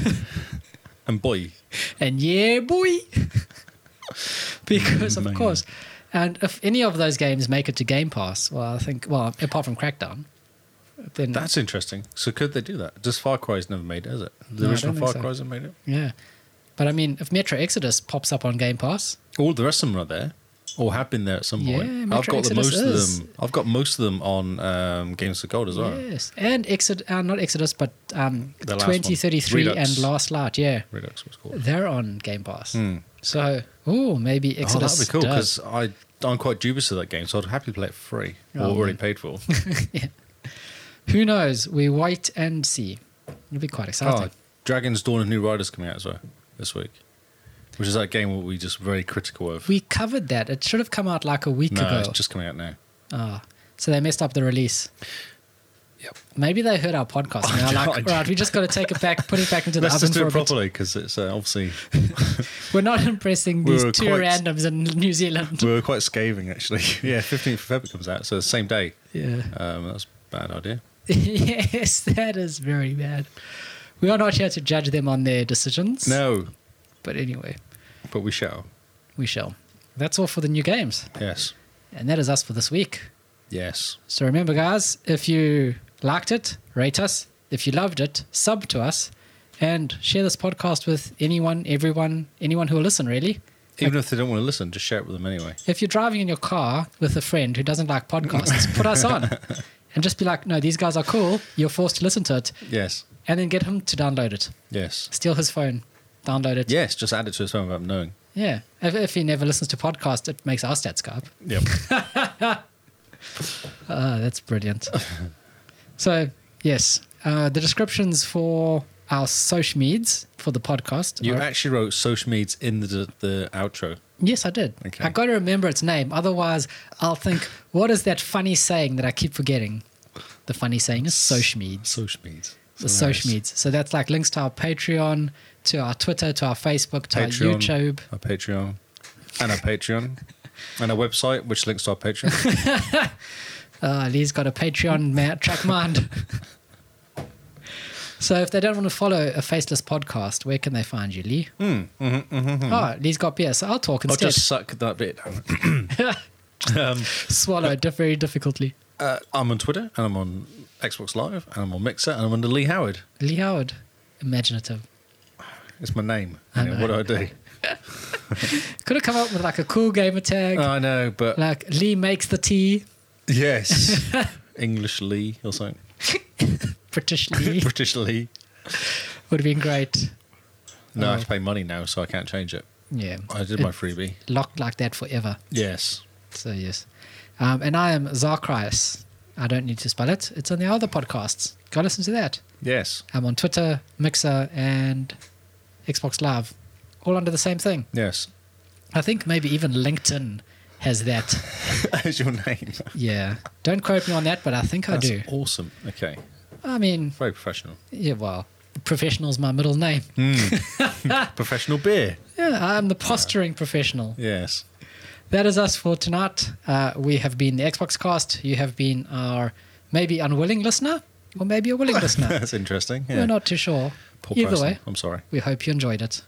B: And boy,
A: and yeah, boy. because of
B: Man.
A: course, and if any of those games make it to Game Pass, well, I think, well, apart from Crackdown, then
B: That's interesting. So could they do that? Just Far Cry's never made it, is it? The
A: No, I
B: original
A: don't think
B: Far
A: so.
B: Cry's have made it.
A: Yeah. But I mean, if Metro Exodus pops up on Game Pass,
B: All the rest of them are there, or have been there at some
A: Yeah,
B: point.
A: Metro
B: I've got
A: Exodus
B: the most
A: is.
B: of them. I've got most of them on um, Games of Gold as well.
A: yes, and Exod, uh, not Exodus, but um,
B: The last one.
A: 2033
B: Redux.
A: and Last Light, yeah,
B: Redux was called.
A: they're on Game Pass.
B: Hmm.
A: So, oh, maybe
B: oh,
A: Exodus.
B: that'd be cool
A: does.
B: because I I'm quite dubious of that game, so I'd happily play it for free or
A: Oh,
B: already
A: man.
B: paid for.
A: who knows? We wait and see. It'll be quite
B: oh,
A: exciting.
B: Dragon's Dawn of New Riders coming out as well this week, which is that game what we just very critical of.
A: We covered that. It should have come out like a week
B: no,
A: ago.
B: it's just coming out now.
A: Ah, so they messed up the release.
B: Yep.
A: Maybe they heard our podcast and they're like,
B: God.
A: right, we just got to take it back, put it back into the
B: Let's
A: oven
B: just do
A: for
B: it
A: a bit.
B: properly because it's uh, obviously
A: We're not impressing
B: We
A: these
B: were
A: two
B: quite-
A: randoms in New Zealand.
B: we were quite scathing actually. yeah, 15th of February comes out, so the same day.
A: Yeah.
B: Um, that's a bad idea.
A: yes, that is very bad. We are not here to judge them on their decisions.
B: No,
A: But anyway,
B: but we shall.
A: we shall. That's all for the new games.
B: Yes.
A: And that is us for this week.
B: Yes.
A: So remember, guys, if you liked it, rate us. If you loved it, sub to us and share this podcast with anyone, everyone, anyone who will listen, really.
B: Even if they don't want to listen, just share it with them anyway.
A: If you're driving in your car with a friend who doesn't like podcasts, put us on and just be like, no, these guys are cool. You're forced to listen to it.
B: Yes.
A: And then get him to download it.
B: Yes.
A: Steal his phone, download it.
B: Yes. Just add it to his phone without knowing.
A: Yeah. If, if he never listens to podcasts, it makes our stats go up.
B: Yep.
A: Ah, that's brilliant. so, yes, uh, the descriptions for our social meds for the podcast.
B: You
A: Our-
B: actually wrote social meds in the the outro.
A: yes, I did.
B: Okay.
A: I got to remember its name. Otherwise, I'll think, what is that funny saying that I keep forgetting? The funny saying is social meds.
B: Social meds.
A: the social meds. So that's like links to our Patreon, to our Twitter, to our Facebook, to our
B: Patreon.
A: YouTube.
B: Our Patreon. And our Patreon. And our website, which links to our Patreon.
A: Uh, Lee's got a Patreon ma- track mind. so if they don't want to follow a faceless podcast, where can they find you, Lee?
B: Hmm,
A: Oh, Lee's got beer, so I'll talk
B: mm-hmm, I'll
A: instead.
B: just suck that bit down. um,
A: Swallow diff- very difficultly.
B: uh, I'm on Twitter and I'm on Xbox Live and I'm on Mixer and I'm under Lee Howard.
A: Lee Howard, imaginative.
B: It's my name.
A: I
B: You know,
A: know.
B: what do I do?
A: Could have come up with like a cool gamer tag,
B: I know, but
A: like Lee makes the tea,
B: yes. English Lee or something.
A: British Lee
B: British Lee.
A: would have been great.
B: No, I
A: Oh.
B: have to pay money now, so I can't change it.
A: Yeah,
B: I did
A: It-
B: my freebie.
A: locked like that forever.
B: Yes.
A: So yes, um, and I am Zarkrius. I don't need to spell it. It's on the other podcasts. Go listen to that.
B: Yes.
A: I'm on Twitter, Mixer, and Xbox Live, all under the same thing.
B: Yes.
A: I think maybe even LinkedIn has that.
B: As your name.
A: Yeah, don't quote me on that, but I think I
B: That's
A: do.
B: Awesome. Okay.
A: I mean,
B: Very professional.
A: yeah, well, professional's my middle name.
B: professional beer.
A: Yeah, I'm the posturing professional.
B: Yes.
A: That is us for tonight. Uh, we have been the Xbox Cast. You have been our maybe unwilling listener, or maybe a willing listener.
B: That's interesting. Yeah.
A: We're not too sure.
B: Poor
A: Either
B: person.
A: way,
B: I'm sorry.
A: we hope you enjoyed it.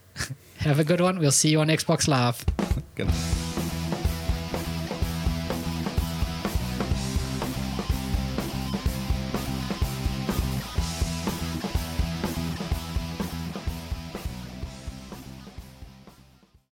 A: Have a good one. We'll see you on Xbox Live.
B: Good.